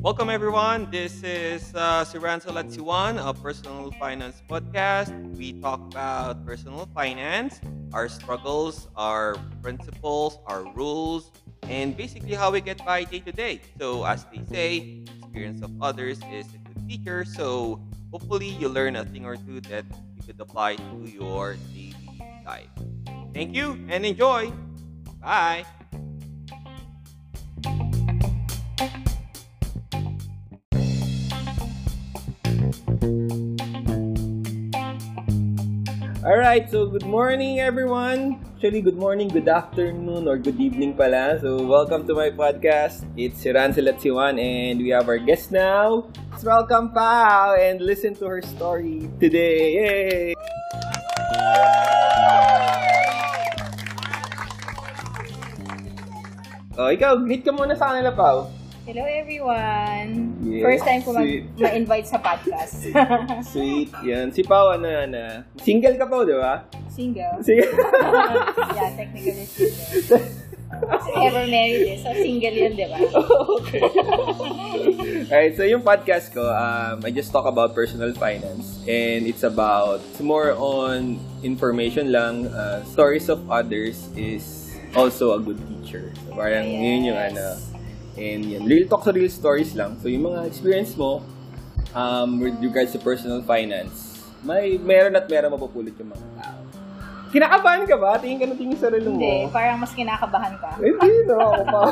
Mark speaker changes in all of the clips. Speaker 1: Welcome, everyone. This is uh, si Ranzo Latsiwan, a personal finance podcast. We talk about personal finance, our struggles, our principles, our rules, and basically how we get by day to day. So, as they say, experience of others is a good teacher. So, hopefully, you learn a thing or two that you could apply to your daily life. Thank you and enjoy. Bye.
Speaker 2: All right, so good morning everyone. Actually, good morning, good afternoon, or good evening pala. So welcome to my podcast. It's si Rancel at Siwan and we have our guest now. Let's welcome Pao and listen to her story today. Yay! Oh, ikaw, greet ka muna sa kanila, Pao.
Speaker 3: Hello everyone!
Speaker 2: Yes,
Speaker 3: First time ko mag-
Speaker 2: sweet.
Speaker 3: ma-invite sa podcast.
Speaker 2: Sweet. Yan. Si Pao, ano yan, ah, Single ka, Pao, di ba?
Speaker 3: single.
Speaker 2: Single.
Speaker 3: yeah, technically single. Kasi ever married eh. So single yun, di ba?
Speaker 2: Alright, so yung podcast ko, um, I just talk about personal finance. And it's about, it's more on information lang. Uh, stories of others is also a good teacher. So parang yun yung
Speaker 3: Ah, Yes.
Speaker 2: ano. And yun, real talk sa real stories lang. So yung mga experience mo um, with regards to personal finance, may meron at meron mapupulot yung mga tao. Kinakabahan ka ba? Tingin ka na tingin sa sarili mo.
Speaker 3: Hindi, parang mas kinakabahan ka.
Speaker 2: Hindi na ako pa.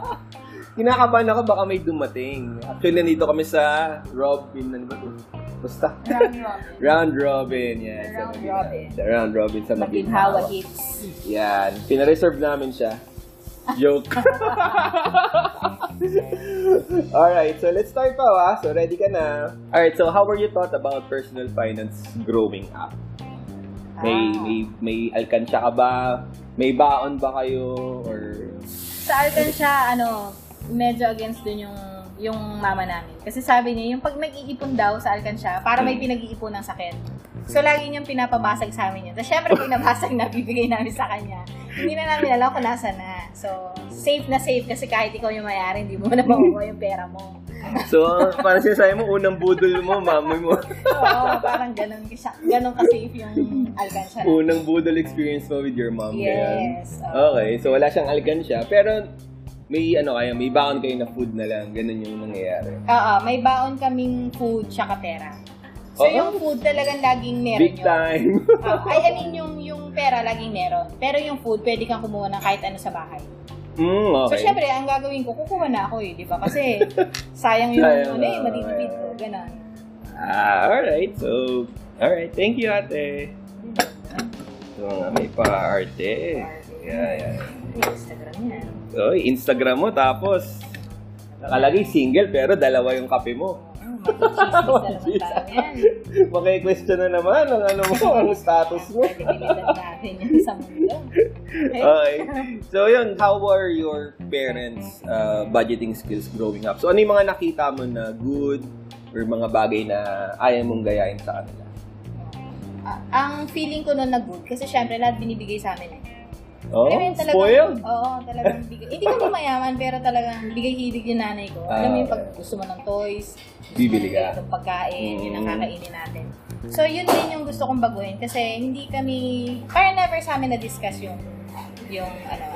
Speaker 2: Kinakabahan ako baka may dumating. Actually, nandito kami sa Robin. Ano ba ito? Basta.
Speaker 3: Round robin.
Speaker 2: Round Robin. Yan. sa
Speaker 3: Round
Speaker 2: Maginhawa.
Speaker 3: Robin.
Speaker 2: Sa Round Robin sa
Speaker 3: Maginhawa
Speaker 2: Maginhawa.
Speaker 3: eh. hits.
Speaker 2: Yan. Pinareserve namin siya. Joke. Alright, so let's start pa ah. So ready ka na. Alright, so how were you taught about personal finance growing up? May,
Speaker 3: Ah.
Speaker 2: may, may alkansya ka ba? May baon ba kayo? Or
Speaker 3: Sa Alcansya, ano, medyo against dun yung yung mama namin. Kasi sabi niya, yung pag mag-iipon daw sa Alcansya, para
Speaker 2: Hmm.
Speaker 3: may pinag-iipon ng sakit. So, lagi niyang pinapabasag sa amin yun. So, syempre, pag nabasag na, bibigay namin sa kanya. Hindi na namin alam kung nasa na. So, safe na safe kasi kahit ikaw yung mayari, hindi mo na makukuha yung pera mo.
Speaker 2: So, parang sinasabi mo, unang budol mo, mamoy mo.
Speaker 3: Oo, parang ganun, kasi- ganun ka-safe yung Alcansya.
Speaker 2: unang budol experience mo with your mom. ganyan.
Speaker 3: Yes. Oh. oo.
Speaker 2: Okay, so wala siyang alkansya. Pero, may ano kayo, may baon kayo na food na lang. Ganun yung nangyayari.
Speaker 3: Oo, may baon kaming food tsaka pera. So,
Speaker 2: Oo.
Speaker 3: yung food talagang laging meron
Speaker 2: Big
Speaker 3: yun.
Speaker 2: time.
Speaker 3: Ah, I I mean, yung, yung pera laging meron. Pero yung food, pwede kang kumuha ng kahit ano sa bahay.
Speaker 2: mm, okay.
Speaker 3: So, syempre, ang gagawin ko, kukuha na ako eh, di ba? Kasi, sayang yung
Speaker 2: Sayang,
Speaker 3: ano eh,
Speaker 2: oo,
Speaker 3: matitipid
Speaker 2: yeah.
Speaker 3: ko, ganun.
Speaker 2: Ah, alright. So, alright. Thank you, ate. So, nga, may pa-arte. Yeah, yeah.
Speaker 3: Instagram yan.
Speaker 2: Oy, Instagram mo, tapos, nakalagay single, pero dalawa yung kape mo.
Speaker 3: Oh, mag-cheese na naman tayo yan.
Speaker 2: Maki-question na naman ang ano mo, ang status mo.
Speaker 3: Credibility natin yan sa mundo.
Speaker 2: Uh.
Speaker 3: Okay?
Speaker 2: Okay. So yun, how were your parents uh, budgeting skills growing up? So ano yung mga nakita mo na good or mga bagay na ayaw mong gayain sa kanila?
Speaker 3: Ah, ang feeling ko noon na good, kasi syempre, lahat binibigay sa amin eh.
Speaker 2: Oh,
Speaker 3: Alam mo yun, talagang-
Speaker 2: spoiled?
Speaker 3: Oo, talagang bigay. Hindi kami mayaman, pero talagang bigay hilig yung nanay ko. Alam mo
Speaker 2: Ah,
Speaker 3: yung pag
Speaker 2: okay.
Speaker 3: gusto mo ng toys, gusto
Speaker 2: Bibili
Speaker 3: mo ng
Speaker 2: ka.
Speaker 3: ganitong pagkain, yun ang
Speaker 2: Mm.
Speaker 3: kakainin natin. So, yun din yung gusto kong baguhin kasi hindi kami, parang never sa amin na-discuss yung, yung ano,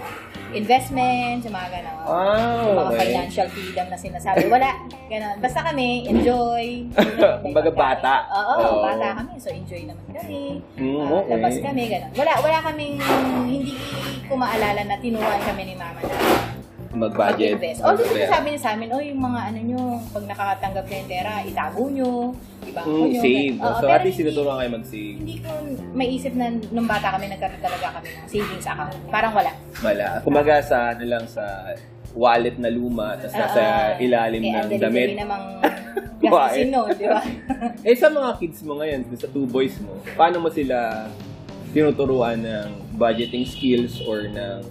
Speaker 3: investment, yung mga gano'n. Yung
Speaker 2: Ah,
Speaker 3: mga
Speaker 2: okay.
Speaker 3: financial freedom na sinasabi. Wala, gano'n. Basta kami, enjoy.
Speaker 2: Kumbaga bata.
Speaker 3: Oo,
Speaker 2: Oo.
Speaker 3: bata kami. So, enjoy naman kami.
Speaker 2: Mm,
Speaker 3: Ah,
Speaker 2: okay.
Speaker 3: labas kami, gano'n. Wala, wala kaming, hindi ko maalala na tinuruan kami ni mama na
Speaker 2: Mag-budget.
Speaker 3: mag-invest. Oh, Although sinasabi niya sa amin, oh, yung mga ano nyo, pag nakakatanggap kayo ng pera, itago nyo, ibangko
Speaker 2: Mm,
Speaker 3: nyo.
Speaker 2: save.
Speaker 3: ganun. Oo,
Speaker 2: so,
Speaker 3: oh,
Speaker 2: at
Speaker 3: pero
Speaker 2: least
Speaker 3: hindi-
Speaker 2: sinuturuan kayo mag-save.
Speaker 3: Hindi ko maisip na nung bata kami, nagkaroon talaga kami ng savings account. Parang wala.
Speaker 2: Wala. Kumaga sa, ano lang, sa wallet na luma, tapos nasa
Speaker 3: Ah, ah.
Speaker 2: ilalim
Speaker 3: eh,
Speaker 2: ng damit.
Speaker 3: Eh, namang
Speaker 2: Kumain.
Speaker 3: gasasin nun, di ba?
Speaker 2: Eh, sa mga kids mo ngayon, sa two boys mo, paano mo sila tinuturuan ng budgeting skills or ng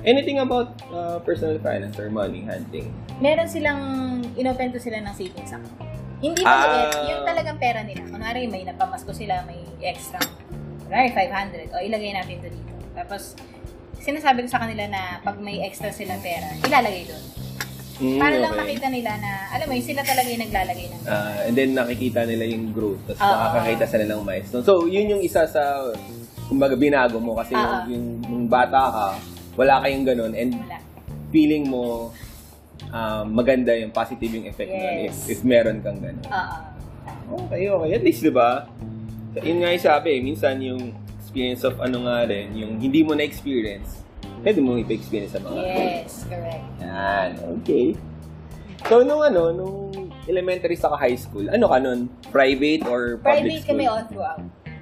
Speaker 2: anything about uh, personal finance or money hunting?
Speaker 3: Meron silang, inopento sila ng savings account. Hindi
Speaker 2: Ah.
Speaker 3: maliit, yung talagang pera nila. Kunwari, may napamasko sila, may extra. Kunwari, 500. O, ilagay natin to dito. Tapos, sinasabi ko sa kanila na pag may extra silang pera, ilalagay doon.
Speaker 2: Mm,
Speaker 3: Para lang
Speaker 2: okay.
Speaker 3: makita nila na, alam mo yun, sila talaga yung naglalagay ng
Speaker 2: Ah, and then nakikita nila yung growth. Tapos
Speaker 3: Oo.
Speaker 2: nakakakita sila ng milestone. So, yun yung isa sa, kumbaga, binago mo. Kasi yung,
Speaker 3: Oo.
Speaker 2: yung, yung bata ka, wala kayong ganun. And
Speaker 3: wala.
Speaker 2: feeling mo, ah, maganda yung positive yung effect nun if,
Speaker 3: Yes.
Speaker 2: if meron kang ganun.
Speaker 3: Oo.
Speaker 2: Okay, okay. At least, di ba? So, yun nga yung sabi, eh, minsan yung experience of ano nga rin, yung hindi mo na-experience, pwede mong ipa-experience sa mga
Speaker 3: Yes, correct.
Speaker 2: yan, okay. So, nung ano, nung elementary sa high school, ano ka nun? Private or public
Speaker 3: Private
Speaker 2: school?
Speaker 3: kami all throughout.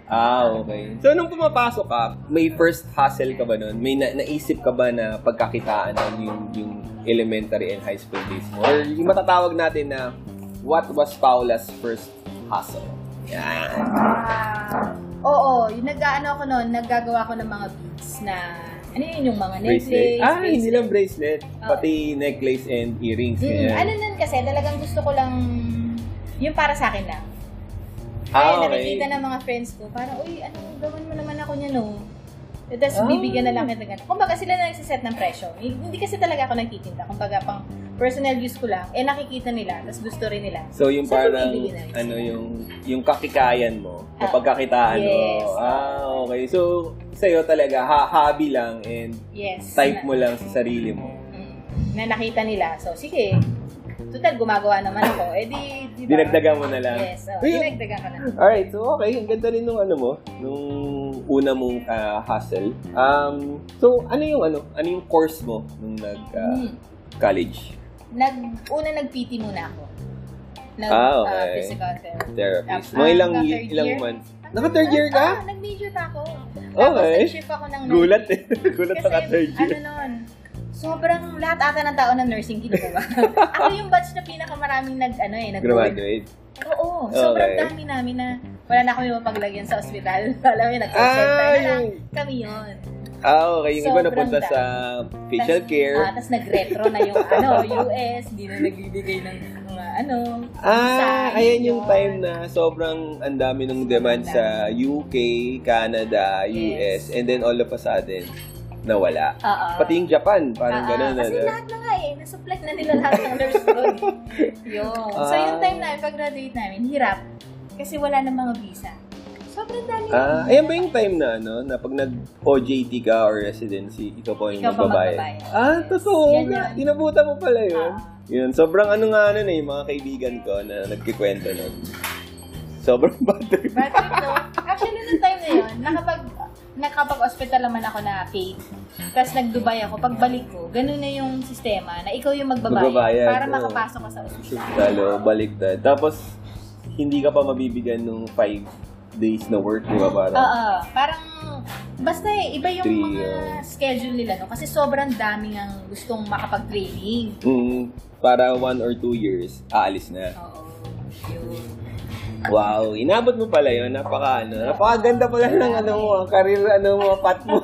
Speaker 2: Ah, okay. So, nung pumapasok ka, may first hustle ka ba nun? May na- naisip ka ba na pagkakitaan nun yung, yung elementary and high school days mo? Or yung matatawag natin na, what was Paula's first hustle? Yan.
Speaker 3: Ah, oo, yung nag-ano ako noon, naggagawa ako ng mga beads na, ano yun yung mga necklace?
Speaker 2: Ah,
Speaker 3: bracelet.
Speaker 2: hindi lang bracelet.
Speaker 3: Oo.
Speaker 2: Pati necklace and earrings.
Speaker 3: Mm,
Speaker 2: yan.
Speaker 3: Ano nun kasi, talagang gusto ko lang, yung para sa akin lang.
Speaker 2: Ah,
Speaker 3: Kaya nakikita ng mga friends ko, parang, uy, ano, gawan mo naman ako niya, no? Tapos
Speaker 2: Ah.
Speaker 3: bibigyan na lang kita ganun. Kumbaga sila na nagsiset ng presyo. Hindi kasi talaga ako nagtitinda. Kumbaga pang personal use ko lang. Eh nakikita nila, tapos gusto rin nila.
Speaker 2: So yung
Speaker 3: So,
Speaker 2: parang
Speaker 3: bibigyan na rin
Speaker 2: ano
Speaker 3: sila.
Speaker 2: yung yung kakikayan mo, yung
Speaker 3: Ah,
Speaker 2: pagkakitaan
Speaker 3: yes.
Speaker 2: mo. Ah, okay. So sa'yo talaga ha- hobby lang and
Speaker 3: Yes.
Speaker 2: type
Speaker 3: na-
Speaker 2: mo lang sa sarili mo.
Speaker 3: Mm, na nakita nila. So, sige. Total, gumagawa naman ako. Eh, di, di ba?
Speaker 2: Dinagdagan mo na lang.
Speaker 3: Yes, oh,
Speaker 2: Ayun.
Speaker 3: dinagdagan ko na.
Speaker 2: Alright, so okay, ang ganda rin nung ano mo, nung una mong ah, hustle. Um, so ano yung ano, ano yung course mo nung nag ah,
Speaker 3: Mm.
Speaker 2: college
Speaker 3: Nag, una, nag-PT muna ako. Nag,
Speaker 2: Ah,
Speaker 3: ah,
Speaker 2: okay.
Speaker 3: physical therapy.
Speaker 2: therapist?
Speaker 3: Ah,
Speaker 2: Mga ilang
Speaker 3: naka
Speaker 2: y-
Speaker 3: third
Speaker 2: ilang
Speaker 3: year?
Speaker 2: months. Naka third year ka?
Speaker 3: Ah, nag-major pa ako. Tapos,
Speaker 2: Okay.
Speaker 3: nag-shift ako ng
Speaker 2: Gulat eh.
Speaker 3: nursing.
Speaker 2: Gulat
Speaker 3: Kasi,
Speaker 2: naka third year.
Speaker 3: ano nun, sobrang lahat ata ng tao ng nursing ginawa. ako yung batch na pinakamaraming nag, ano eh, nag
Speaker 2: Graduate.
Speaker 3: Oo, sobrang
Speaker 2: Okay.
Speaker 3: dami namin na wala na kami mapaglagyan sa ospital. Alam mo, yun, nag-call center
Speaker 2: Ah,
Speaker 3: na lang.
Speaker 2: yung-
Speaker 3: Kami yun.
Speaker 2: Ah, okay. Yung iba
Speaker 3: Sobrang
Speaker 2: napunta
Speaker 3: dami.
Speaker 2: sa facial
Speaker 3: Tas-
Speaker 2: care.
Speaker 3: Ah, Tapos nag-retro na yung ano, US, di na nagbibigay ng mga ano.
Speaker 2: Ah,
Speaker 3: visa,
Speaker 2: ayan yung
Speaker 3: yun.
Speaker 2: time na sobrang ang dami ng demand sa UK, Canada, US,
Speaker 3: Yes.
Speaker 2: and then all of a sudden, nawala.
Speaker 3: Oo.
Speaker 2: Pati yung Japan, parang
Speaker 3: Ah, ah,
Speaker 2: gano'n.
Speaker 3: Kasi
Speaker 2: ano?
Speaker 3: lahat na nga eh, nasupply na nila lahat ng nurse doon. yun. So yung
Speaker 2: Ah.
Speaker 3: time namin, pag-graduate namin, hirap. Kasi wala na mga visa. Sobrang dami.
Speaker 2: Ah, ayan ba yung time na, ano, na pag nag-OJT ka or residency, ikaw pa yung
Speaker 3: Ikaw pa
Speaker 2: magbabayad?
Speaker 3: magbabayad.
Speaker 2: Ah,
Speaker 3: Yes.
Speaker 2: totoo
Speaker 3: Yan
Speaker 2: nga.
Speaker 3: yun.
Speaker 2: Inabutan mo pala yun.
Speaker 3: Ah.
Speaker 2: Yun, sobrang ano nga ano na yung mga kaibigan ko na nagkikwento nun. Sobrang bad trip.
Speaker 3: Bad trip, no? Actually, nung time na yun, nakapag, nakapag-hospital naman ako na paid. Tapos nag-Dubai ako. Pagbalik ko, ganun na yung sistema na ikaw yung magbabayad,
Speaker 2: Magbabayad,
Speaker 3: para
Speaker 2: oo.
Speaker 3: makapasok ka sa ospital.
Speaker 2: Talo, baliktad. Tapos, hindi ka pa mabibigyan ng five days na work, di ba? Parang,
Speaker 3: Oo. Parang, basta eh, iba yung
Speaker 2: Three,
Speaker 3: mga
Speaker 2: oo.
Speaker 3: schedule nila, no? Kasi sobrang dami ang gustong makapag-training.
Speaker 2: Mm, para one or two years, aalis na.
Speaker 3: Oo. Yun.
Speaker 2: Wow, inabot mo pala yun. Napaka, ano, napakaganda pala ng ano mo, ang karir, ano mo, pat mo.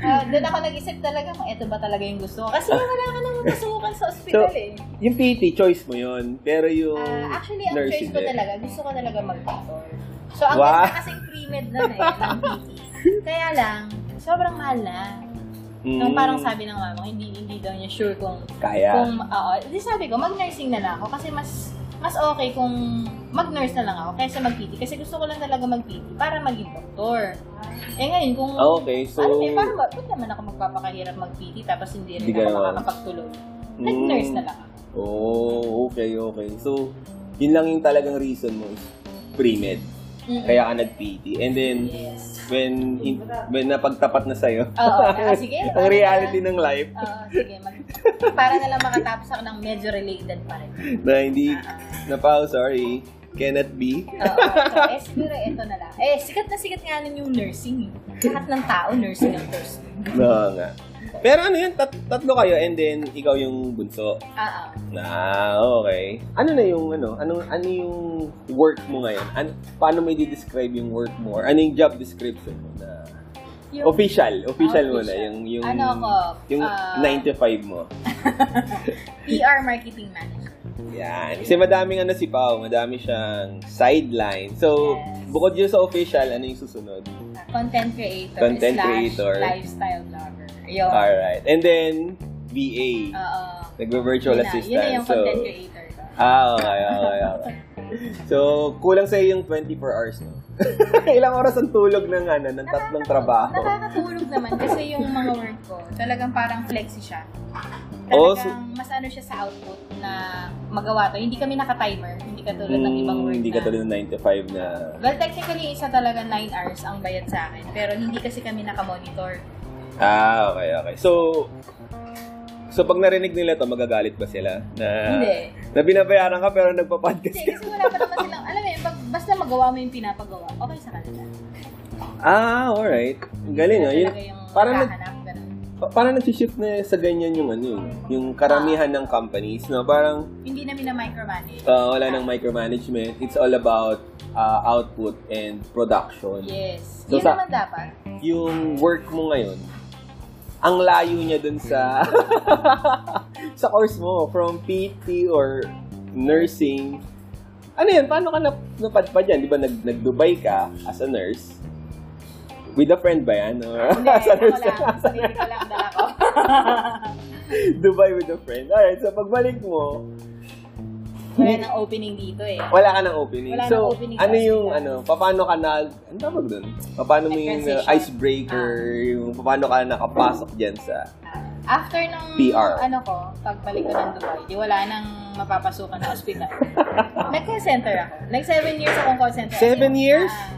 Speaker 3: Ah, doon ako nag-isip talaga kung eto ba talaga yung gusto ko. Kasi wala ka nang mapasukan sa
Speaker 2: so,
Speaker 3: ospital eh.
Speaker 2: yung PT, choice mo yun. Pero yung
Speaker 3: Ah, actually, ang
Speaker 2: nurse
Speaker 3: choice ko
Speaker 2: hindi.
Speaker 3: talaga, gusto ko talaga mag-tutor. So, ang
Speaker 2: Wow.
Speaker 3: ganda kasing pre-med na eh, ng PT. Kaya lang, sobrang mahal na.
Speaker 2: Mm,
Speaker 3: Nung parang sabi ng mama, ko, hindi, hindi daw niya sure kung,
Speaker 2: Kaya.
Speaker 3: kung, oo. Hindi sabi ko, mag-nursing na lang ako kasi mas, mas okay kung mag-nurse na lang ako kaysa mag-PT. Kasi gusto ko lang talaga mag-PT para maging doktor. Eh ngayon, kung,
Speaker 2: Ah, okay, so,
Speaker 3: ano eh, parang, ba- ba't naman ako magpapakahirap mag-PT tapos hindi rin
Speaker 2: Hindi ka
Speaker 3: ako
Speaker 2: naman.
Speaker 3: makakapagtulog? Nag-nurse na lang ako.
Speaker 2: oh, okay, okay. So, yun lang yung talagang reason mo is pre-med.
Speaker 3: Mm-mm.
Speaker 2: Kaya ka nag-PT. And then,
Speaker 3: Yes.
Speaker 2: when in, when napagtapat na sa'yo.
Speaker 3: Oo, ah, sige.
Speaker 2: ang reality ng life
Speaker 3: Oo, sige. Mag- para na lang makatapos ako ng medyo related pa rin.
Speaker 2: na hindi na pao, sorry, cannot be.
Speaker 3: Oo. So, eh, siguro ito na lang. Eh, sikat na sikat nga nun yung nursing. Lahat ng tao, nursing ang first.
Speaker 2: No, nga. Pero ano yun, tat- tatlo kayo and then ikaw yung bunso.
Speaker 3: Oo.
Speaker 2: Na, okay. Ano na yung ano, ano ano yung work mo ngayon? Ano, paano mo i-describe yung work mo or ano yung job description mo na
Speaker 3: Yung-
Speaker 2: official, official mo na
Speaker 3: Official.
Speaker 2: yung yung
Speaker 3: Ano ako,
Speaker 2: yung
Speaker 3: ah,
Speaker 2: 9 to 5 mo.
Speaker 3: PR marketing manager.
Speaker 2: Yan. Kasi madaming ano si Pao, madami siyang sideline. So,
Speaker 3: Yes.
Speaker 2: bukod yun sa official, ano yung susunod?
Speaker 3: Content creator
Speaker 2: Content
Speaker 3: slash
Speaker 2: creator. Ah.
Speaker 3: lifestyle blogger. Yun.
Speaker 2: Alright. And then, VA.
Speaker 3: Oo.
Speaker 2: Nagbe-virtual
Speaker 3: Uh, ah. Yun na,
Speaker 2: assistant.
Speaker 3: Yun na yung
Speaker 2: so,
Speaker 3: content creator. ko. eh.
Speaker 2: Ah, okay, okay, okay. So, kulang sa'yo yung 24 hours, no? Ilang oras ang tulog ng, ano, ng tatlong trabaho.
Speaker 3: Nakakatulog naman kasi yung mga work ko, talagang parang flexi siya.
Speaker 2: Oh,
Speaker 3: Talagang mas ano siya sa output na magawa to. Hindi kami naka-timer. Hindi katulad ng
Speaker 2: Hmm,
Speaker 3: ibang work
Speaker 2: hindi
Speaker 3: na.
Speaker 2: ka tuloy ng 9 to 5 na...
Speaker 3: Well, technically, isa talaga 9 hours ang bayad sa akin. Pero hindi kasi kami nakamonitor.
Speaker 2: Ah, okay, okay. So, so pag narinig nila to, magagalit ba sila? Na,
Speaker 3: Hindi.
Speaker 2: Na binabayaran ka pero nagpa-podcast
Speaker 3: Kasi,
Speaker 2: ka?
Speaker 3: kasi wala pa naman silang, alam mo yun, pag, basta magawa mo yung pinapagawa, okay sa kanila.
Speaker 2: Ah, alright. Ang galing, oh. Yun,
Speaker 3: Talaga yung
Speaker 2: parang, nag,
Speaker 3: kahanap, ganun.
Speaker 2: pa- parang nag-shift na sa ganyan yung ano yun, yung karamihan ng companies, no? Parang
Speaker 3: Hindi namin na micromanage.
Speaker 2: uh, wala nang micromanagement. It's all about uh, output and production.
Speaker 3: Yes.
Speaker 2: So,
Speaker 3: yun
Speaker 2: sa-
Speaker 3: naman dapat.
Speaker 2: Yung work mo ngayon, ang layo niya dun sa sa course mo from PT or nursing. Ano yan? Paano ka nap- napadpad yan? Di ba nag, nag-Dubai ka as a nurse? With a friend ba yan? Or
Speaker 3: Hindi,
Speaker 2: as a
Speaker 3: ako
Speaker 2: nurse?
Speaker 3: lang. Sarili ko lang dala ko.
Speaker 2: Dubai with a friend. Alright, so pagbalik mo,
Speaker 3: Wala nang opening dito eh.
Speaker 2: wala ka ng opening.
Speaker 3: Wala
Speaker 2: so,
Speaker 3: ng opening
Speaker 2: ano
Speaker 3: sa
Speaker 2: yung,
Speaker 3: hospital.
Speaker 2: ano, paano ka na, ano tawag doon? Paano mo yung uh,
Speaker 3: Transition. Ah.
Speaker 2: icebreaker, yung paano ka nakapasok dyan sa,
Speaker 3: After nung
Speaker 2: PR.
Speaker 3: ano ko, pagbalik ko ng Dubai, di wala nang mapapasukan na hospital. Nag-call center ako. Nag-seven years akong call center.
Speaker 2: Seven
Speaker 3: Kasi,
Speaker 2: years?
Speaker 3: ah,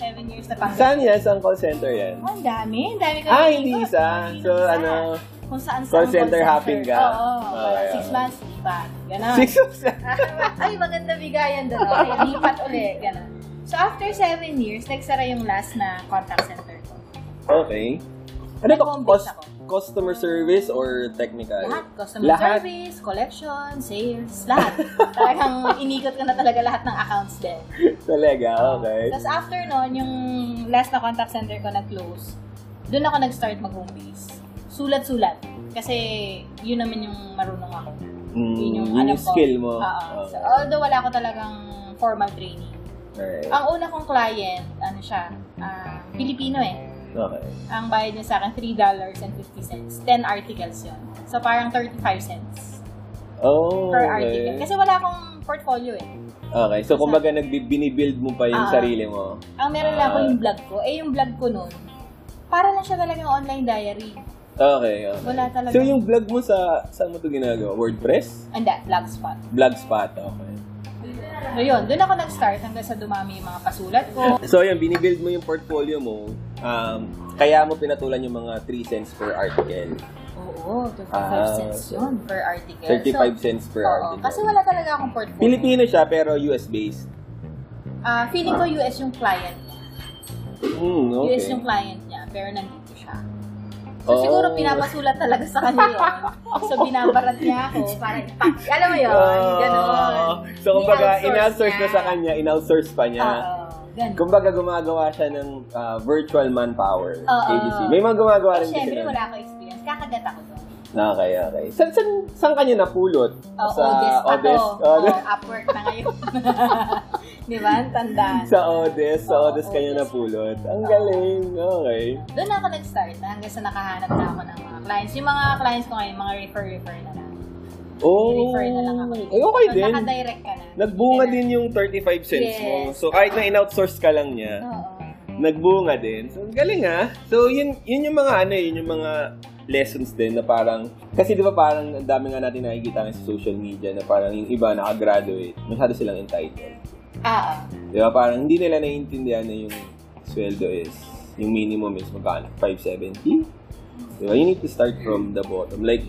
Speaker 3: seven years na pang...
Speaker 2: saan yan? Saan call center yan?
Speaker 3: Oh, ang dami. Ang dami ko.
Speaker 2: Ah,
Speaker 3: narinig
Speaker 2: hindi
Speaker 3: ko.
Speaker 2: isa.
Speaker 3: Hindi
Speaker 2: So,
Speaker 3: isa.
Speaker 2: ano,
Speaker 3: Kung saan saan
Speaker 2: call center hopping ka.
Speaker 3: Oo. wala.
Speaker 2: Okay,
Speaker 3: six
Speaker 2: okay.
Speaker 3: months, lipat. Ganon.
Speaker 2: six of seven.
Speaker 3: Ay, maganda bigayan doon. Okay, lipat uli. Ganon. So, after seven years, nagsara yung last na contact center ko.
Speaker 2: Okay. Ano to?
Speaker 3: Nag-home
Speaker 2: Cus-
Speaker 3: base ako.
Speaker 2: customer service or technical?
Speaker 3: Lahat. Customer
Speaker 2: Lahat.
Speaker 3: service, collection, sales, lahat. Talagang inikot ko na talaga lahat ng accounts din.
Speaker 2: Talaga, okay.
Speaker 3: Tapos after nun, yung last na contact center ko na-close, doon ako nag-start mag-home base. Sulat-sulat. Kasi yun naman yung marunong ako.
Speaker 2: Mm,
Speaker 3: Yun yung,
Speaker 2: yun
Speaker 3: alam
Speaker 2: yung
Speaker 3: ko.
Speaker 2: skill mo.
Speaker 3: Oo. So,
Speaker 2: Okay.
Speaker 3: although wala ako talagang formal training.
Speaker 2: Alright.
Speaker 3: Ang una kong client, ano siya, ah, Filipino eh.
Speaker 2: Okay.
Speaker 3: Ang bayad niya sa akin, $3.50. 10 articles yon So parang 35 cents
Speaker 2: Oh,
Speaker 3: per
Speaker 2: okay.
Speaker 3: article. Kasi wala akong portfolio eh.
Speaker 2: Okay, so kumbaga nagbi- binibuild mo pa yung
Speaker 3: Ah.
Speaker 2: sarili mo.
Speaker 3: Ang meron lang ako
Speaker 2: Ah.
Speaker 3: yung vlog ko. Eh, yung vlog ko nun, para lang siya talagang online diary.
Speaker 2: Okay, okay.
Speaker 3: Wala talaga.
Speaker 2: So yung vlog mo sa, saan mo ito ginagawa? WordPress?
Speaker 3: Anda, blogspot.
Speaker 2: Blogspot, okay.
Speaker 3: So yun, doon ako nag-start hanggang sa dumami yung mga pasulat ko.
Speaker 2: So yun, binibuild mo yung portfolio mo. Um, kaya mo pinatulan yung mga 3 cents per article.
Speaker 3: Oo, 35
Speaker 2: Ah,
Speaker 3: cents
Speaker 2: so-
Speaker 3: yun per article.
Speaker 2: 35
Speaker 3: So,
Speaker 2: cents per
Speaker 3: oo,
Speaker 2: article.
Speaker 3: Kasi wala talaga akong portfolio.
Speaker 2: Pilipino siya pero US-based.
Speaker 3: Ah, feeling ko US yung client niya.
Speaker 2: Mm, okay.
Speaker 3: US yung client niya, pero nandito siya. So siguro
Speaker 2: Oh.
Speaker 3: pinapasulat talaga sa kanya yun. so binabarat niya ako para ipak. Alam mo yun,
Speaker 2: Ah,
Speaker 3: ganun.
Speaker 2: so, kumbaga,
Speaker 3: Ni-outsource
Speaker 2: in-outsource na sa kanya, in-outsource pa niya.
Speaker 3: Oo, ganun.
Speaker 2: Kumbaga, gumagawa siya ng ah, virtual manpower.
Speaker 3: Oo.
Speaker 2: ABC. May mga gumagawa
Speaker 3: Eh,
Speaker 2: rin
Speaker 3: syempre,
Speaker 2: nun.
Speaker 3: wala akong experience. Kakagat ako doon.
Speaker 2: Okay, okay. San, san, saan kanya napulot?
Speaker 3: Oh, Odess pa to.
Speaker 2: Odes.
Speaker 3: Oh,
Speaker 2: Odes.
Speaker 3: Upwork na ngayon. Di ba? Ang Tandaan.
Speaker 2: sa Odes. Sa
Speaker 3: Oo,
Speaker 2: Odes kanya
Speaker 3: Odes.
Speaker 2: napulot. Ang galing. Okay.
Speaker 3: Doon ako nag-start hanggang sa nakahanap na ako ng mga clients. Yung mga clients ko ngayon, mga refer-refer na lang.
Speaker 2: Oh,
Speaker 3: refer na lang ako.
Speaker 2: ay, okay
Speaker 3: so,
Speaker 2: din.
Speaker 3: nakadirect ka na.
Speaker 2: Nagbunga
Speaker 3: Hindi
Speaker 2: din yung 35 cents mo.
Speaker 3: Yes.
Speaker 2: So, kahit na in-outsource ka lang niya,
Speaker 3: na- Oo.
Speaker 2: nagbunga din. So, ang galing ah. So, yun, yun yung mga ano, eh, yun yung mga lessons din na parang, kasi di ba parang ang dami nga natin nakikita ngayon sa social media na parang yung iba nakagraduate, masyado silang entitled.
Speaker 3: Oo.
Speaker 2: Di ba parang hindi nila naiintindihan na yung sweldo is, yung minimum is magkano? 570? Di ba? You need to start from the bottom. Like,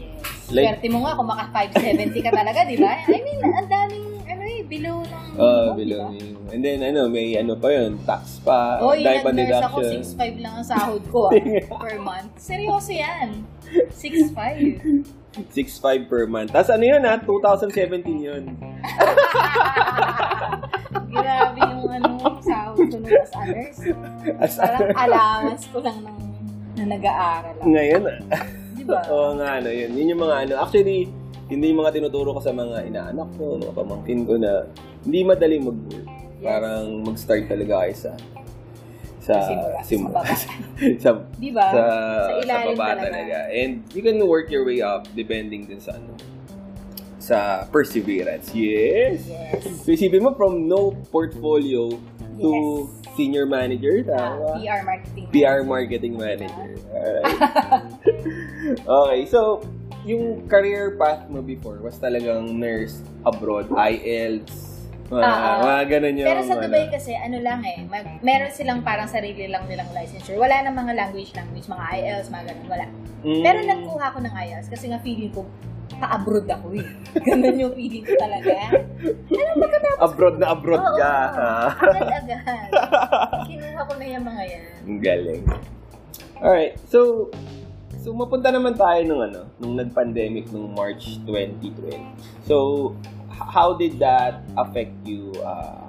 Speaker 3: Yes.
Speaker 2: Like-
Speaker 3: Swerte mo nga kung maka 570 ka talaga, di ba? I mean, ang daming, ano eh, below ng...
Speaker 2: uh,
Speaker 3: di ba?
Speaker 2: below minimum. And then, ano, may ano pa yun, tax pa,
Speaker 3: Oy,
Speaker 2: dahil pa
Speaker 3: nag-nurse ako,
Speaker 2: deduction.
Speaker 3: 6.5 lang ang sahod ko ah, per month. Seryoso yan. 6.5.
Speaker 2: 6.5 per month. Tapos ano yun ha? 2017 yun.
Speaker 3: Grabe yung ano, sahod ko nung as others.
Speaker 2: As
Speaker 3: Parang allowance ko lang nung na nag-aaral ako.
Speaker 2: Ngayon, ah,
Speaker 3: Di ba? Diba?
Speaker 2: oo nga, ano, yun. Yun yung mga ano. Actually, Hindi yung mga tinuturo ko sa mga inaanak ko, mga pamangkin ko na hindi madaling mag-work. Parang mag-start talaga kayo sa sa
Speaker 3: Simula, sa
Speaker 2: simula.
Speaker 3: baba.
Speaker 2: sa,
Speaker 3: Di ba?
Speaker 2: sa,
Speaker 3: Sa
Speaker 2: sa,
Speaker 3: ilalim
Speaker 2: baba
Speaker 3: talaga.
Speaker 2: talaga. And you can work your way up depending din sa ano sa perseverance. Yes!
Speaker 3: Yes.
Speaker 2: So isipin mo from no portfolio to
Speaker 3: Yes.
Speaker 2: senior manager, tama?
Speaker 3: PR Ah, marketing.
Speaker 2: PR marketing manager. Alright. okay, so yung career path mo before was talagang nurse abroad, IELTS, mga,
Speaker 3: Ah, ah.
Speaker 2: mga ganun yung...
Speaker 3: Pero sa
Speaker 2: ano.
Speaker 3: Dubai kasi, ano lang eh, mag, meron silang parang sarili lang nilang licensure. Wala na mga language-language, mga IELTS, mga ganun, wala.
Speaker 2: Mm.
Speaker 3: Pero nagkuha ko ng IELTS kasi nga feeling ko, pa-abroad ako eh. Ganun yung feeling ko talaga.
Speaker 2: Abroad na abroad
Speaker 3: Oo,
Speaker 2: ka.
Speaker 3: oo.
Speaker 2: ha?
Speaker 3: Agad-agad. Kinuha ko na yung mga yan.
Speaker 2: Ang galing. Alright, so... So, mapunta naman tayo nung ano, nung nag-pandemic nung March 2020. So, h- how did that affect you uh,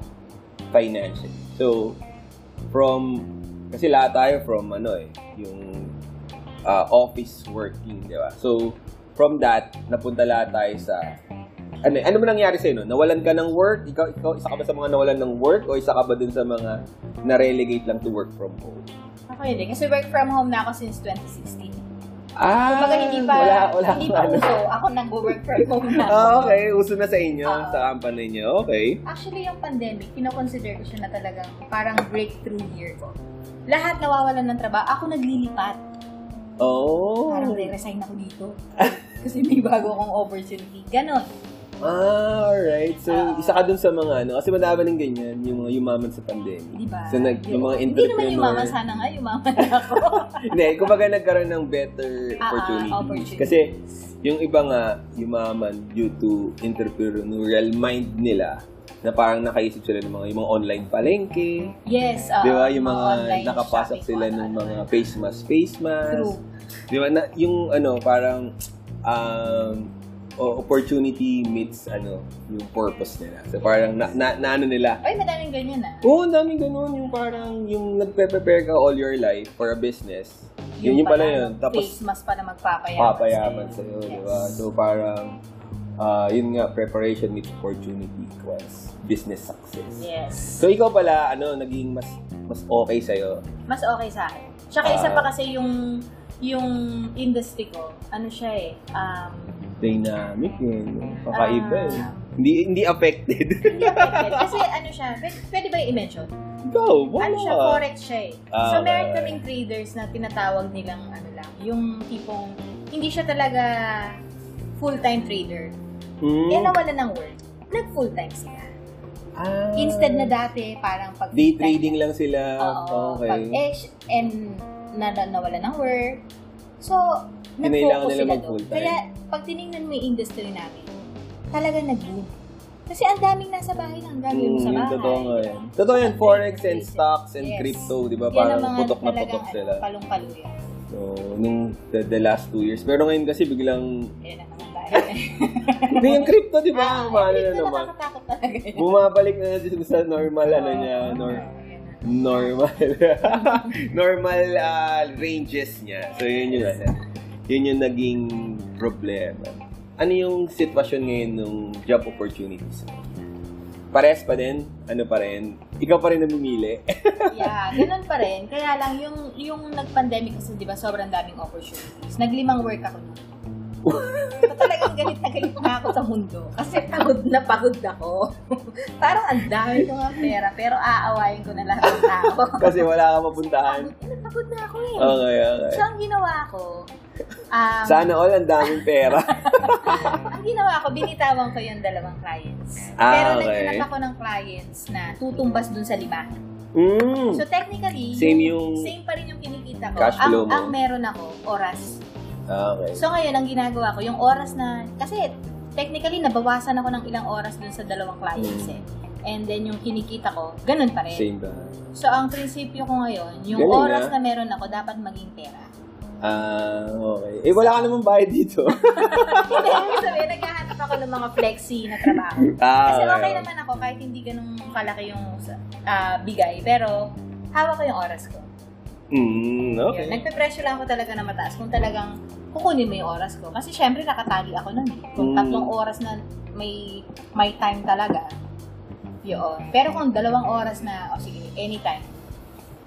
Speaker 2: financially? So, from, kasi lahat tayo from ano eh, yung uh, office working, di ba? So, from that, napunta lahat tayo sa, ano, ano mo nangyari sa'yo, no? Nawalan ka ng work? Ikaw, ikaw, isa ka ba sa mga nawalan ng work? O isa ka ba dun sa mga na-relegate lang to work from home?
Speaker 3: Ako yun eh, kasi work from home na ako since 2016.
Speaker 2: Ah,
Speaker 3: Kumbaga hindi pa,
Speaker 2: wala, wala
Speaker 3: hindi
Speaker 2: pa,
Speaker 3: pa
Speaker 2: ano.
Speaker 3: uso. Ako nag-work from home na. ako.
Speaker 2: Ah, okay. Uso na sa inyo,
Speaker 3: Oo.
Speaker 2: sa company niyo. Okay.
Speaker 3: Actually, yung pandemic, kinoconsider ko siya na talagang parang breakthrough year ko. Lahat nawawalan ng trabaho. Ako naglilipat.
Speaker 2: Oh.
Speaker 3: Parang re-resign ako dito. Kasi may bago akong opportunity. Ganon.
Speaker 2: Ah, alright. So,
Speaker 3: Oo.
Speaker 2: isa ka dun sa mga ano. Kasi madami ng ganyan, yung mga umaman sa pandemic.
Speaker 3: Di ba?
Speaker 2: So, nag, yung mga
Speaker 3: Hindi naman
Speaker 2: entrepreneur.
Speaker 3: umaman. Sana nga umaman ako.
Speaker 2: Hindi, kumbaga nagkaroon ng better
Speaker 3: Ah, ah,
Speaker 2: opportunities.
Speaker 3: opportunities.
Speaker 2: Kasi, yung iba nga, umaman due to entrepreneurial mind nila na parang nakaisip sila ng mga, yung mga online palengke,
Speaker 3: yes. oo.
Speaker 2: di ba? Yung mga
Speaker 3: Ah, online
Speaker 2: nakapasok
Speaker 3: shopping,
Speaker 2: sila
Speaker 3: ano,
Speaker 2: ng
Speaker 3: ano.
Speaker 2: mga face mask, face mask.
Speaker 3: True.
Speaker 2: Di ba? Na, yung ano, parang um, o- opportunity meets ano, yung purpose nila. So parang na, na, na ano nila.
Speaker 3: Ay, madaming ganyan ah.
Speaker 2: Oo, ang daming ganun. Yung parang yung nagpe-prepare ka all your life for a business. Yun yung pala yun.
Speaker 3: Face
Speaker 2: Tapos
Speaker 3: mask pa na magpapayaman.
Speaker 2: papayaman sa'yo, di ba?
Speaker 3: Yes.
Speaker 2: So parang ah, yun nga, preparation meets opportunity equals business success.
Speaker 3: Yes.
Speaker 2: So ikaw pala, ano, naging mas mas okay sa'yo.
Speaker 3: Mas okay sa akin. Tsaka isa
Speaker 2: Ah.
Speaker 3: pa kasi yung yung industry ko, ano siya eh, um,
Speaker 2: Dynamic yun. Kakaiba yun.
Speaker 3: Ah.
Speaker 2: Hindi, hindi affected.
Speaker 3: hindi affected. Kasi ano siya, pwede, pwede ba i-mention?
Speaker 2: Ikaw, wala.
Speaker 3: Ano siya, forex siya eh.
Speaker 2: Ah,
Speaker 3: so,
Speaker 2: okay.
Speaker 3: meron kaming traders na tinatawag nilang ano lang, yung tipong, hindi siya talaga full-time trader.
Speaker 2: Hmm.
Speaker 3: Eh, nawala ng work. Nag-full-time sila.
Speaker 2: Ah.
Speaker 3: Instead na dati, parang pag
Speaker 2: Day trading lang sila.
Speaker 3: Oo.
Speaker 2: Ah, okay.
Speaker 3: Pag eh, edge and na, na- nawala ng work. So,
Speaker 2: Kinailangan nila
Speaker 3: nag-focus sila doon.
Speaker 2: mag-full-time.
Speaker 3: Kaya, pag tinignan mo yung industry namin, talaga nag-boom. Kasi ang daming nasa bahay lang, ang
Speaker 2: Hmm,
Speaker 3: daming sa
Speaker 2: yun,
Speaker 3: bahay.
Speaker 2: totoo nga yan. Totoo yan, forex and
Speaker 3: Yes.
Speaker 2: stocks and crypto, di ba?
Speaker 3: Yan
Speaker 2: Parang
Speaker 3: ang mga
Speaker 2: putok na
Speaker 3: talagang,
Speaker 2: putok sila.
Speaker 3: Ano, palung-paluya.
Speaker 2: So, nung the, the last two years. Pero ngayon kasi biglang,
Speaker 3: Yan ang mga bahay.
Speaker 2: hindi yung crypto, di
Speaker 3: Ah,
Speaker 2: ba? Mahal na
Speaker 3: Ito
Speaker 2: naman.
Speaker 3: nakakatakot talaga yun.
Speaker 2: Bumabalik na natin sa normal, ano niya,
Speaker 3: Oo,
Speaker 2: nor
Speaker 3: yan na.
Speaker 2: normal normal ah, ranges niya. So yun yung ano. Yun yung naging problema. Ano yung sitwasyon ngayon ng job opportunities mo? Pares pa din? Ano pa rin? Ikaw pa rin namimili?
Speaker 3: yeah, ganun pa rin. Kaya lang, yung, yung nag-pandemic kasi, di ba, sobrang daming opportunities. Naglimang work ako nun. so, talagang galit na galit na ako sa mundo. Kasi pagod na pagod ako. Parang ang dami ko nga pera, pero aawayin ko na lahat ng tao.
Speaker 2: Kasi wala ka mapuntahan.
Speaker 3: pagod, eh, pagod na ako eh.
Speaker 2: Okay, okay.
Speaker 3: So, ang ginawa ko, um,
Speaker 2: Sana all, ang daming pera.
Speaker 3: ang ginawa ko, binitawan ko yung dalawang clients.
Speaker 2: Ah,
Speaker 3: Pero
Speaker 2: okay.
Speaker 3: naghanap ako ng clients na tutumbas dun sa lima.
Speaker 2: Mm.
Speaker 3: So technically,
Speaker 2: Same yung-
Speaker 3: same pa rin yung kinikita ko.
Speaker 2: Cash flow mo.
Speaker 3: ang, ang meron ako, oras.
Speaker 2: Okay.
Speaker 3: So ngayon, ang ginagawa ko, yung oras na, kasi technically, nabawasan ako ng ilang oras dun sa dalawang clients
Speaker 2: Mm.
Speaker 3: eh. And then yung kinikita ko, ganun pa rin.
Speaker 2: Same ba?
Speaker 3: So ang prinsipyo ko ngayon, yung
Speaker 2: Galing,
Speaker 3: oras
Speaker 2: ah.
Speaker 3: na meron ako, dapat maging pera.
Speaker 2: Ah, okay. Eh, wala ka namang bayad dito.
Speaker 3: Hindi, ibig sabihin, naghahanap ako ng mga flexi na trabaho.
Speaker 2: ah,
Speaker 3: Kasi okay naman ako kahit hindi ganun kalaki yung ah, bigay, pero hawak ko yung oras ko.
Speaker 2: Mm, okay.
Speaker 3: Yun, nagpe-pressure lang ako talaga na mataas kung talagang kukunin mo yung oras ko. Kasi syempre nakatali ako nun eh.
Speaker 2: Mm.
Speaker 3: Kung tatlong oras na may may time talaga, yun. Pero kung dalawang oras na, o sige, anytime,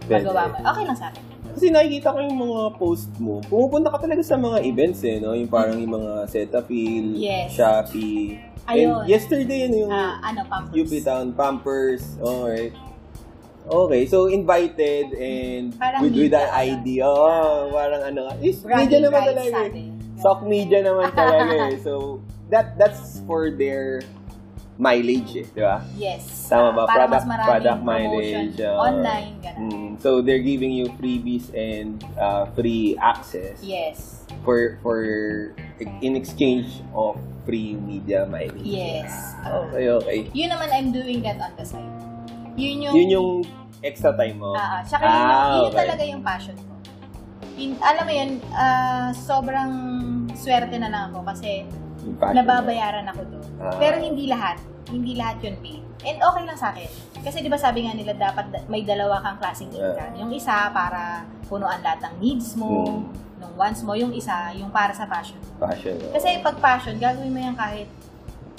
Speaker 3: magawa mo. Okay lang sa akin.
Speaker 2: Kasi nakikita ko yung mga post mo. Pumupunta ka talaga sa mga events eh, no? Yung parang yung mga Cetaphil,
Speaker 3: Yes.
Speaker 2: Shopee.
Speaker 3: Ayun.
Speaker 2: And yesterday yun yung
Speaker 3: Ah, ano, pampers.
Speaker 2: Town, Pampers. Alright. Okay, so invited and
Speaker 3: Parang
Speaker 2: with, with
Speaker 3: media.
Speaker 2: an idea. Oh, parang ano. Is, media
Speaker 3: Bragging
Speaker 2: naman
Speaker 3: rights
Speaker 2: talaga.
Speaker 3: sa
Speaker 2: eh.
Speaker 3: atin.
Speaker 2: Sock media naman talaga eh. So, that that's for their mileage eh, di ba?
Speaker 3: Yes.
Speaker 2: Tama ba?
Speaker 3: Para
Speaker 2: Product-
Speaker 3: mas maraming
Speaker 2: product
Speaker 3: promotion.
Speaker 2: mileage, ah.
Speaker 3: Online, gano'n.
Speaker 2: Mm, so, they're giving you freebies and uh, free access
Speaker 3: Yes.
Speaker 2: for for in exchange of free media mileage.
Speaker 3: Yes.
Speaker 2: Okay, okay.
Speaker 3: Yun naman, I'm doing that on the side. Yun yung...
Speaker 2: Yun yung extra time mo.
Speaker 3: Ah, ah. Tsaka
Speaker 2: Ah,
Speaker 3: yun, yung- yun yung
Speaker 2: okay.
Speaker 3: talaga yung passion ko. Yun, alam mo yun, ah, sobrang swerte na lang ako kasi
Speaker 2: Yung passion mo.
Speaker 3: nababayaran ako doon.
Speaker 2: Ah.
Speaker 3: Pero hindi lahat. Hindi lahat yun paid. And okay lang sa akin. Kasi di ba sabi nga nila dapat da- may dalawa kang klaseng
Speaker 2: Yeah.
Speaker 3: income. Yung isa para punuan lahat ng needs mo,
Speaker 2: Mm.
Speaker 3: nung wants mo. Yung isa, yung para sa passion mo.
Speaker 2: Passion mo.
Speaker 3: Kasi pag passion, gagawin mo yan kahit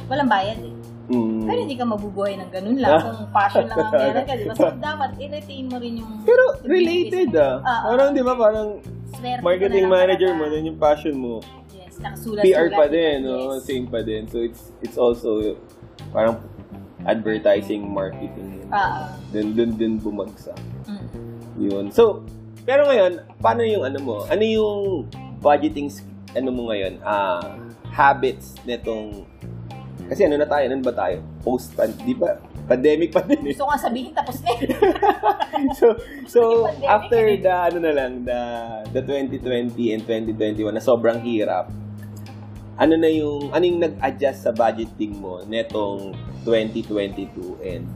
Speaker 3: walang bayad eh.
Speaker 2: Mm.
Speaker 3: Pero hindi ka mabubuhay ng ganun lang
Speaker 2: Ah.
Speaker 3: kung passion lang ang meron ka, di ba? So,
Speaker 2: Diba?
Speaker 3: dapat i-retain mo rin yung
Speaker 2: Pero related ah.
Speaker 3: Ah, ah.
Speaker 2: parang di ba parang
Speaker 3: swerte
Speaker 2: marketing
Speaker 3: ko na lang
Speaker 2: manager mo,
Speaker 3: talaga.
Speaker 2: nun yung passion mo.
Speaker 3: Yes, nakasulat
Speaker 2: PR pa din, no? Same pa din. So it's it's also parang advertising marketing. yun.
Speaker 3: Oo.
Speaker 2: Dun dun din bumagsak.
Speaker 3: Ah, Mm.
Speaker 2: Yun. So, pero ngayon, paano yung ano mo? Ano yung budgeting sk- ano mo ngayon? Ah, habits nitong kasi ano na tayo, ano ba tayo? Post pan, di ba? Pandemic pa din eh.
Speaker 3: Gusto ko nga sabihin, tapos na eh.
Speaker 2: So, so
Speaker 3: Pandemic
Speaker 2: after
Speaker 3: eh.
Speaker 2: the ano na lang, the, the 2020 and 2021 na sobrang hirap, ano na yung, ano yung nag-adjust sa budgeting mo netong 2022 and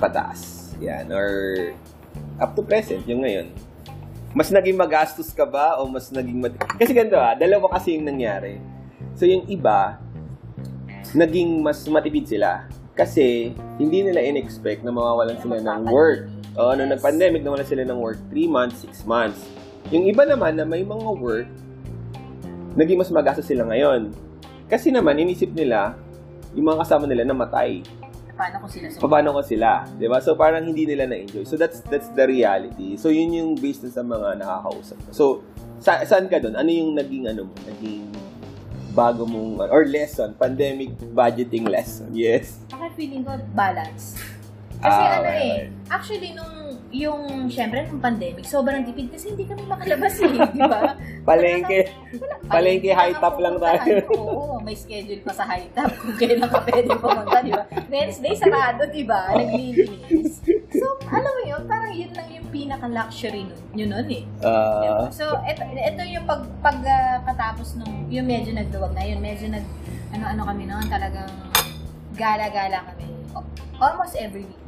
Speaker 2: pataas? Yan, or up to present, yung ngayon. Mas naging magastos ka ba o mas naging... Mat- kasi ganito ah, dalawa kasi yung nangyari. So yung iba, naging mas matipid sila kasi hindi nila in-expect na mawawalan sila ng work. Oo, nung
Speaker 3: Yes.
Speaker 2: nag-pandemic, nawalan sila ng work 3 months, 6 months. Yung iba naman na may mga work, naging mas magastos sila ngayon. Kasi naman, inisip nila, yung mga kasama nila namatay.
Speaker 3: Paano ko sila
Speaker 2: So, paano ko sila? 'Di ba So, parang hindi nila na-enjoy. So, that's that's the reality. So, yun yung based dun sa mga nakakausap. ko. So, sa, saan ka doon? Ano yung naging, ano mo, naging bago mong, or lesson, pandemic budgeting lesson. Yes.
Speaker 3: Saka feeling ko, balance. Kasi
Speaker 2: Ah,
Speaker 3: ano
Speaker 2: okay,
Speaker 3: eh,
Speaker 2: okay.
Speaker 3: actually nung yung, syempre nung pandemic, sobrang tipid kasi hindi kami makalabas eh, di ba?
Speaker 2: Palengke.
Speaker 3: Wala-
Speaker 2: Palengke, high top lang
Speaker 3: pupuntahan.
Speaker 2: tayo.
Speaker 3: Oo, may schedule pa sa high top kung kailan ka pwede pumunta, di ba? Wednesday, sarado, di ba? Naglilinis. So, alam mo yun, parang yun lang yung pinaka-luxury nun, yun nun eh.
Speaker 2: Ah,
Speaker 3: So, ito, ito yung pag, pagkatapos nung, yung medyo nagluwag na yun, medyo nag, ano-ano kami noon, talagang gala-gala kami. O- Almost every week.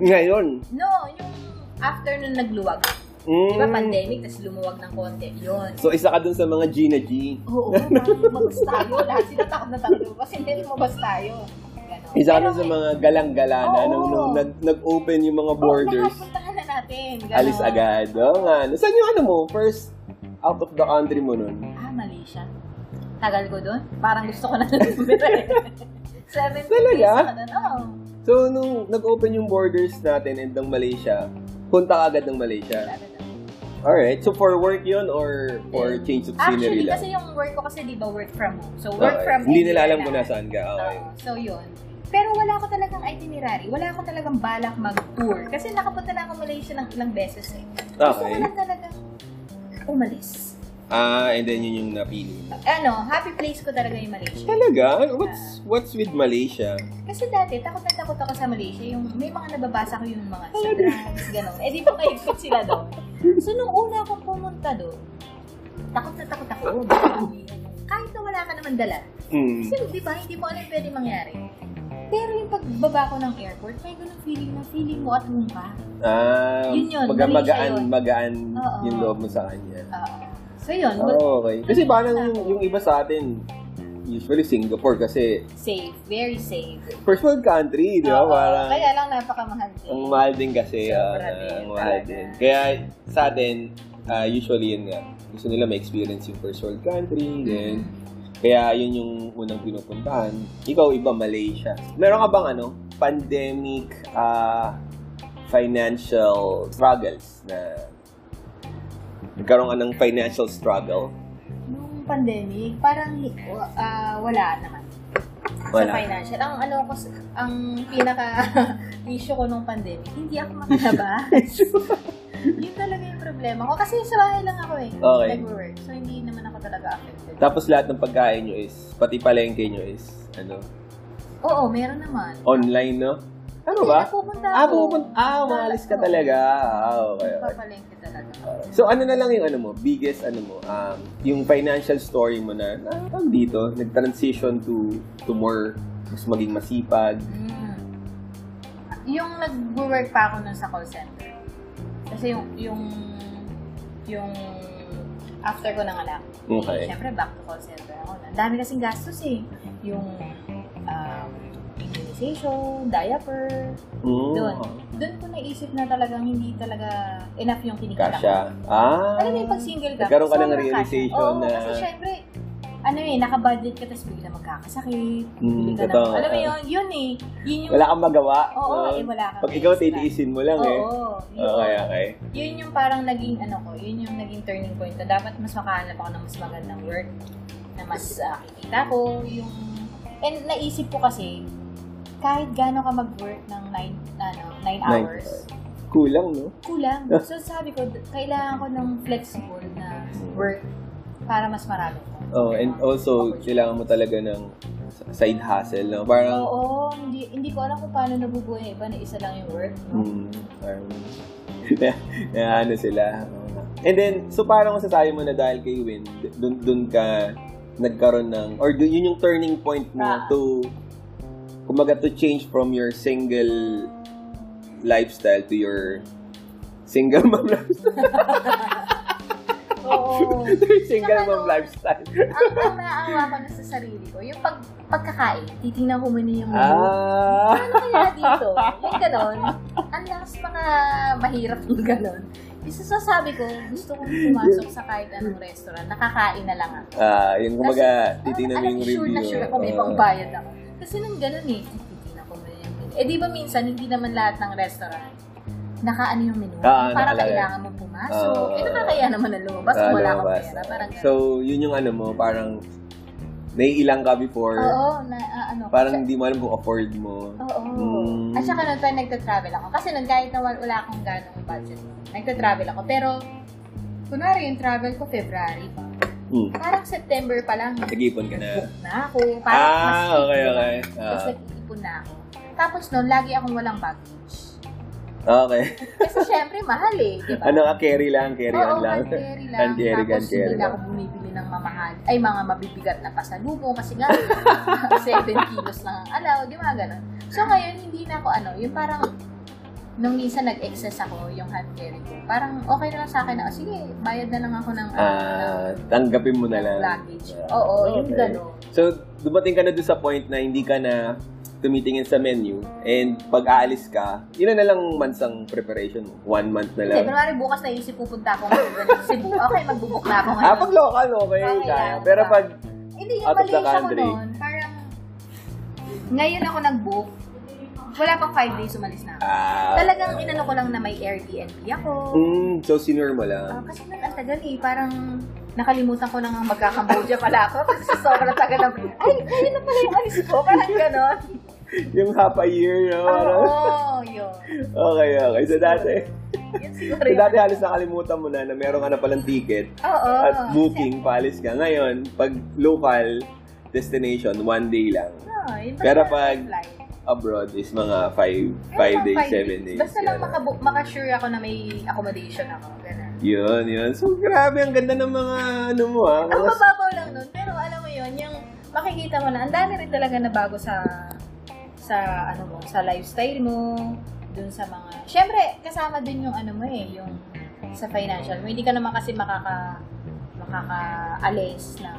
Speaker 2: ngayon.
Speaker 3: No, yung after nung nagluwag,
Speaker 2: Mm.
Speaker 3: di ba pandemic, tapos lumuwag ng konti, yun.
Speaker 2: So, isa ka dun sa mga Gina G.
Speaker 3: Oo, parang lumabas tayo. Lahat sila takot na takot. Kasi hindi lumabas tayo. Ganon.
Speaker 2: Isa ka
Speaker 3: Pero
Speaker 2: dun sa
Speaker 3: may-
Speaker 2: mga galang-gala na
Speaker 3: Oo.
Speaker 2: nung, nung nag, nag-open yung mga
Speaker 3: Oo,
Speaker 2: borders.
Speaker 3: lahat puntahan na natin. Ganon.
Speaker 2: Alis agad. Oo nga. Saan yung ano mo? First out of the country mo nun?
Speaker 3: Ah, Malaysia. Tagal ko doon. Parang gusto ko na lang tumira eh. Seven ano, days
Speaker 2: Talaga?
Speaker 3: ako doon. Oo.
Speaker 2: So, nung nag-open yung borders natin and ng Malaysia, punta ka agad ng Malaysia.
Speaker 3: Grabe naman.
Speaker 2: Alright. So, for work yun or for change of
Speaker 3: Actually,
Speaker 2: scenery
Speaker 3: kasi
Speaker 2: lang?
Speaker 3: yung work ko kasi di ba work from home. So, work
Speaker 2: Okay.
Speaker 3: from home.
Speaker 2: Hindi nila alam kung
Speaker 3: na.
Speaker 2: nasaan ka. Okay.
Speaker 3: Oo, so, yun. Pero wala ko talagang itinerary. Wala ko talagang balak mag-tour. Kasi nakapunta na ako Malaysia ng ilang beses eh. Gusto ko
Speaker 2: Okay.
Speaker 3: lang talagang umalis.
Speaker 2: Ah, and then yun yung napili mo.
Speaker 3: Ano, happy place ko talaga yung Malaysia.
Speaker 2: Talaga? Ano, What's what's with Malaysia?
Speaker 3: Kasi dati, takot na takot ako sa Malaysia. Yung may mga nababasa ko yung mga sa drugs, gano'n. Eh di pa kayo sila doon. So, nung una akong pumunta doon, takot na takot ako. Oh, baka sabihin, Kahit na wala ka naman dala.
Speaker 2: Hmm.
Speaker 3: Kasi di ba, hindi mo alam pwede mangyari. Pero yung pagbaba ko ng airport, may ganun feeling na feeling mo at home ka.
Speaker 2: Ah,
Speaker 3: Yun yun,
Speaker 2: baga-
Speaker 3: Malaysia
Speaker 2: magaan,
Speaker 3: yun.
Speaker 2: magaan
Speaker 3: Oo. Ano
Speaker 2: yung loob mo sa kanya.
Speaker 3: Oo. so, yun. but
Speaker 2: Oh, okay. Kasi parang yung, yung iba sa atin, usually Singapore kasi
Speaker 3: safe. Very safe.
Speaker 2: first world country, di ba?
Speaker 3: Oo.
Speaker 2: Parang
Speaker 3: Kaya lang napakamahal din.
Speaker 2: ang mahal din kasi. ah,
Speaker 3: Sobra din,
Speaker 2: ang mahal
Speaker 3: talaga.
Speaker 2: din. Kaya sa atin, ah, usually yun nga. Gusto nila may experience yung first world country, then kaya yun yung unang pinupuntahan. Ikaw iba Malaysia. Meron ka bang ano, pandemic ah, financial struggles na nagkaroon ka ng financial struggle?
Speaker 3: Nung pandemic, parang ah, wala naman. Sa
Speaker 2: Wala.
Speaker 3: financial. Ang ano ko, s- ang pinaka issue ko nung pandemic, hindi ako makalabas. yun talaga yung problema ko. Kasi sa bahay lang ako eh.
Speaker 2: Okay.
Speaker 3: Nag-work. So, hindi naman ako talaga affected.
Speaker 2: Tapos lahat ng pagkain nyo is, pati palengke nyo is, ano,
Speaker 3: Oo, meron naman.
Speaker 2: online, no? Ano
Speaker 3: Hindi,
Speaker 2: ba?
Speaker 3: napupunta
Speaker 2: Ah,
Speaker 3: ako.
Speaker 2: pupunta. Ah, umalis ka
Speaker 3: Oo.
Speaker 2: talaga. Ah, okay, okay.
Speaker 3: Papalengke talaga.
Speaker 2: So ano na lang yung ano mo, biggest ano mo, um, yung financial story mo na, ah, tawag dito, nag-transition to, to more, mas maging masipag.
Speaker 3: Mm. Yung nag-work pa ako nun sa call center. Kasi yung, yung, yung after ko ng anak,
Speaker 2: Okay.
Speaker 3: Siyempre, back to call center ako. Ang dami kasing gastos eh. Yung um, immunization, diaper.
Speaker 2: Mm.
Speaker 3: Doon. Doon ko naisip na talagang hindi talaga enough yung kinikita ko.
Speaker 2: Kasha. Ah.
Speaker 3: Alam mo yung pag single ka,
Speaker 2: Nagkaroon ka ng
Speaker 3: sobrang
Speaker 2: realization
Speaker 3: kasha. Oo,
Speaker 2: na-
Speaker 3: kasi syempre, ano eh, nakabudget ka tapos bigla magkakasakit.
Speaker 2: Mm,
Speaker 3: bigla
Speaker 2: totoo.
Speaker 3: na, alam mo yun, yun eh. Yun yung,
Speaker 2: Wala kang magawa.
Speaker 3: oo,
Speaker 2: no?
Speaker 3: eh, wala ka.
Speaker 2: Pag ikaw titiisin mo lang
Speaker 3: Oo,
Speaker 2: eh.
Speaker 3: yun.
Speaker 2: Okay, okay.
Speaker 3: Yun yung parang naging ano ko, yun yung naging turning point ko. Dapat mas makahanap ako ng mas magandang work na mas ah, kikita ko. Yung... And naisip ko kasi, kahit gaano ka mag-work ng 9 ano, nine
Speaker 2: Nine.
Speaker 3: hours,
Speaker 2: Kulang, no?
Speaker 3: kulang. So sabi ko, d- kailangan ko ng flexible na work para mas marami ko.
Speaker 2: Oh, and also, kailangan mo talaga ng side hustle, no? Parang,
Speaker 3: Oo, hindi, hindi ko alam kung paano nabubuhay iba na isa lang yung work. No?
Speaker 2: mm, parang, na, na ano sila. And then, so parang masasabi mo na dahil kay Win, dun, dun ka nagkaroon ng, or dun, yun yung turning point mo
Speaker 3: Ah.
Speaker 2: to, kumaga to change from your single lifestyle to your single mom lifestyle.
Speaker 3: Oo.
Speaker 2: to your single
Speaker 3: Tsaka
Speaker 2: mom
Speaker 3: no,
Speaker 2: lifestyle.
Speaker 3: ang, ang naaawa ko na sa sarili ko, yung pag, pagkakain, titingnan ko muna yung menu.
Speaker 2: Ah!
Speaker 3: Ano kaya dito? Yung ganon, ang lakas mga mahirap yung ganon. Isa sa sabi ko, gusto kong pumasok sa kahit anong restaurant, nakakain na lang ako.
Speaker 2: Ah, yung kumaga,
Speaker 3: Kasi,
Speaker 2: titingnan mo
Speaker 3: alam
Speaker 2: yung
Speaker 3: ko,
Speaker 2: review.
Speaker 3: Sure na sure ako, may
Speaker 2: Ah.
Speaker 3: pangbayad ako. Kasi nung ganon eh, titingnan ko muna yung menu. Eh di ba minsan, hindi naman lahat ng restaurant nakaano yung menu.
Speaker 2: Ah,
Speaker 3: para
Speaker 2: nakalagay.
Speaker 3: kailangan mo pumasok.
Speaker 2: Ah.
Speaker 3: eh nakakaya naman na lumabas kung wala
Speaker 2: Ano
Speaker 3: akong
Speaker 2: ba?
Speaker 3: pera. Parang ganon.
Speaker 2: So, yun yung ano mo, parang naiilang ka before.
Speaker 3: Oo, na, ah, ano.
Speaker 2: Parang hindi mo alam kung afford mo.
Speaker 3: Oo.
Speaker 2: Mm.
Speaker 3: At saka noon pa nagta-travel ako. Kasi noon kahit na wal- wala akong ganong budget, nagta-travel ako. Pero, kunwari yung travel ko February pa.
Speaker 2: Mm.
Speaker 3: Parang September pa lang,
Speaker 2: Nag-ipon ka na.
Speaker 3: book na ako. Parang mas
Speaker 2: Ah, okay,
Speaker 3: ipon.
Speaker 2: okay.
Speaker 3: Tapos
Speaker 2: Ah,
Speaker 3: nag-iipon na ako. Tapos noon, lagi akong walang baggage.
Speaker 2: Ah, okay.
Speaker 3: Kasi syempre, mahal eh, di ba?
Speaker 2: Ano ka, carry lang, carry on
Speaker 3: Oo,
Speaker 2: lang.
Speaker 3: hand-carry lang.
Speaker 2: Hand carry,
Speaker 3: Tapos
Speaker 2: hand carry
Speaker 3: hindi na
Speaker 2: lang.
Speaker 3: ako bumibili ng mamahal. Ay, mga mabibigat na pasalubo. Kasi nga, 7 kilos lang ang alaw. Di ba, ganun. So, ngayon, hindi na ako ano. Yung parang, nung minsan nag-excess ako yung hand carry ko, parang okay na lang sa akin na, oh, sige, bayad na lang ako ng,
Speaker 2: Ah,
Speaker 3: uh,
Speaker 2: tanggapin mo na
Speaker 3: ng
Speaker 2: lang.
Speaker 3: luggage.
Speaker 2: Ah,
Speaker 3: Oo, yung
Speaker 2: okay.
Speaker 3: gano'n.
Speaker 2: So, dumating ka na doon sa point na hindi ka na tumitingin sa menu and pag aalis ka, ilan na lang months ang preparation mo? One month na
Speaker 3: Hindi,
Speaker 2: lang?
Speaker 3: kunwari bukas naisip pupunta ako ngayon ng Cebu. Okay, magbubuk na ako
Speaker 2: Ah,
Speaker 3: ngayon.
Speaker 2: pag local, okay.
Speaker 3: Okay
Speaker 2: kaya.
Speaker 3: lang.
Speaker 2: Pero pag
Speaker 3: Hindi, yung
Speaker 2: Out of the
Speaker 3: Malaysia ko
Speaker 2: country.
Speaker 3: noon, parang ngayon ako nag-book, wala pang 5 days umalis na ako.
Speaker 2: Ah,
Speaker 3: Talagang inano ko lang na may Airbnb ako.
Speaker 2: Mm, so sinure mo lang.
Speaker 3: Ah, kasi nang ang tagal eh, parang nakalimutan ko nang magka-Cambodia pala ako. Kasi sobrang tagal na, ay, ayun na pala yung alis ko. Parang ganon.
Speaker 2: Yung half a year, no?
Speaker 3: Ah, Oo,
Speaker 2: Parang-
Speaker 3: yun.
Speaker 2: Okay, okay. So dati,
Speaker 3: Yun siguro
Speaker 2: so
Speaker 3: yun.
Speaker 2: dati halos nakalimutan mo na na meron ka na palang ticket
Speaker 3: Oo.
Speaker 2: at booking, paalis ka. Ngayon, pag local destination, one day lang.
Speaker 3: Oo, yun pala
Speaker 2: Pero
Speaker 3: yung
Speaker 2: pag-
Speaker 3: flight.
Speaker 2: Abroad is mga five, five
Speaker 3: Pero pang
Speaker 2: days,
Speaker 3: Eh, five
Speaker 2: seven days.
Speaker 3: Basta lang
Speaker 2: Yun.
Speaker 3: makabook, makasure ako na may accommodation ako. Ganun.
Speaker 2: Yun, yun. So, grabe. Ang ganda ng mga, ano mo, ha?
Speaker 3: Ang
Speaker 2: Mga,
Speaker 3: mababaw lang nun, pero alam mo yun, yung makikita mo na, ang dami rin talaga na bago sa, sa, ano mo, sa lifestyle mo, dun sa mga, syempre, kasama din yung ano mo eh, yung sa financial mo. Hindi ka naman kasi makaka, makaka-alis na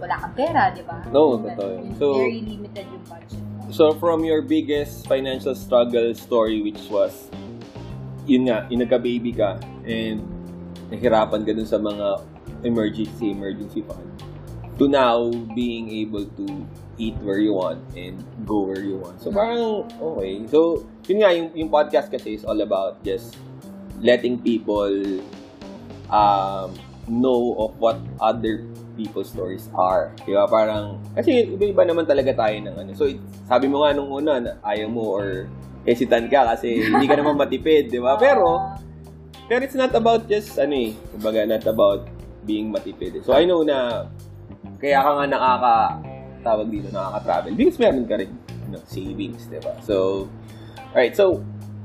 Speaker 3: wala kang pera, di ba?
Speaker 2: Oo,
Speaker 3: Yung
Speaker 2: totoo
Speaker 3: ganun,
Speaker 2: yun.
Speaker 3: yung
Speaker 2: So-
Speaker 3: very limited yung budget mo.
Speaker 2: so, from your biggest financial struggle story, which was, yun nga, yung nagka-baby ka, and nahirapan ka dun sa mga emergency, emergency fund, to now being able to eat where you want and go where you want. So parang, okay. So, yun nga, yung, yung podcast kasi is all about just letting people um, know of what other people's stories are. Di ba? Parang, kasi iba-iba naman talaga tayo ng ano. So, it- sabi mo nga nung una, na ayaw mo or hesitant ka kasi hindi ka naman matipid, di ba? Ah,
Speaker 3: Ah.
Speaker 2: Pero, pero it's not about just, ano eh, kumbaga not about being matipid. eh. So, I know na kaya ka nga nakaka, tawag dito, nakaka-travel because meron ka rin you know, savings, di ba? So, alright, so,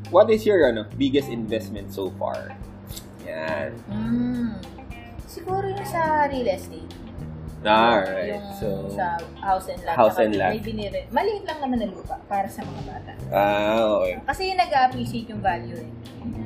Speaker 2: what is your ano, biggest investment so far? Yan.
Speaker 3: Mm. Siguro yung sa real estate.
Speaker 2: Alright,
Speaker 3: yung
Speaker 2: so...
Speaker 3: sa house and lot.
Speaker 2: House
Speaker 3: Saka
Speaker 2: and lot.
Speaker 3: May binire. Maliit lang naman na lupa para sa mga bata.
Speaker 2: Ah, okay.
Speaker 3: Kasi yung nag-appreciate yung value eh.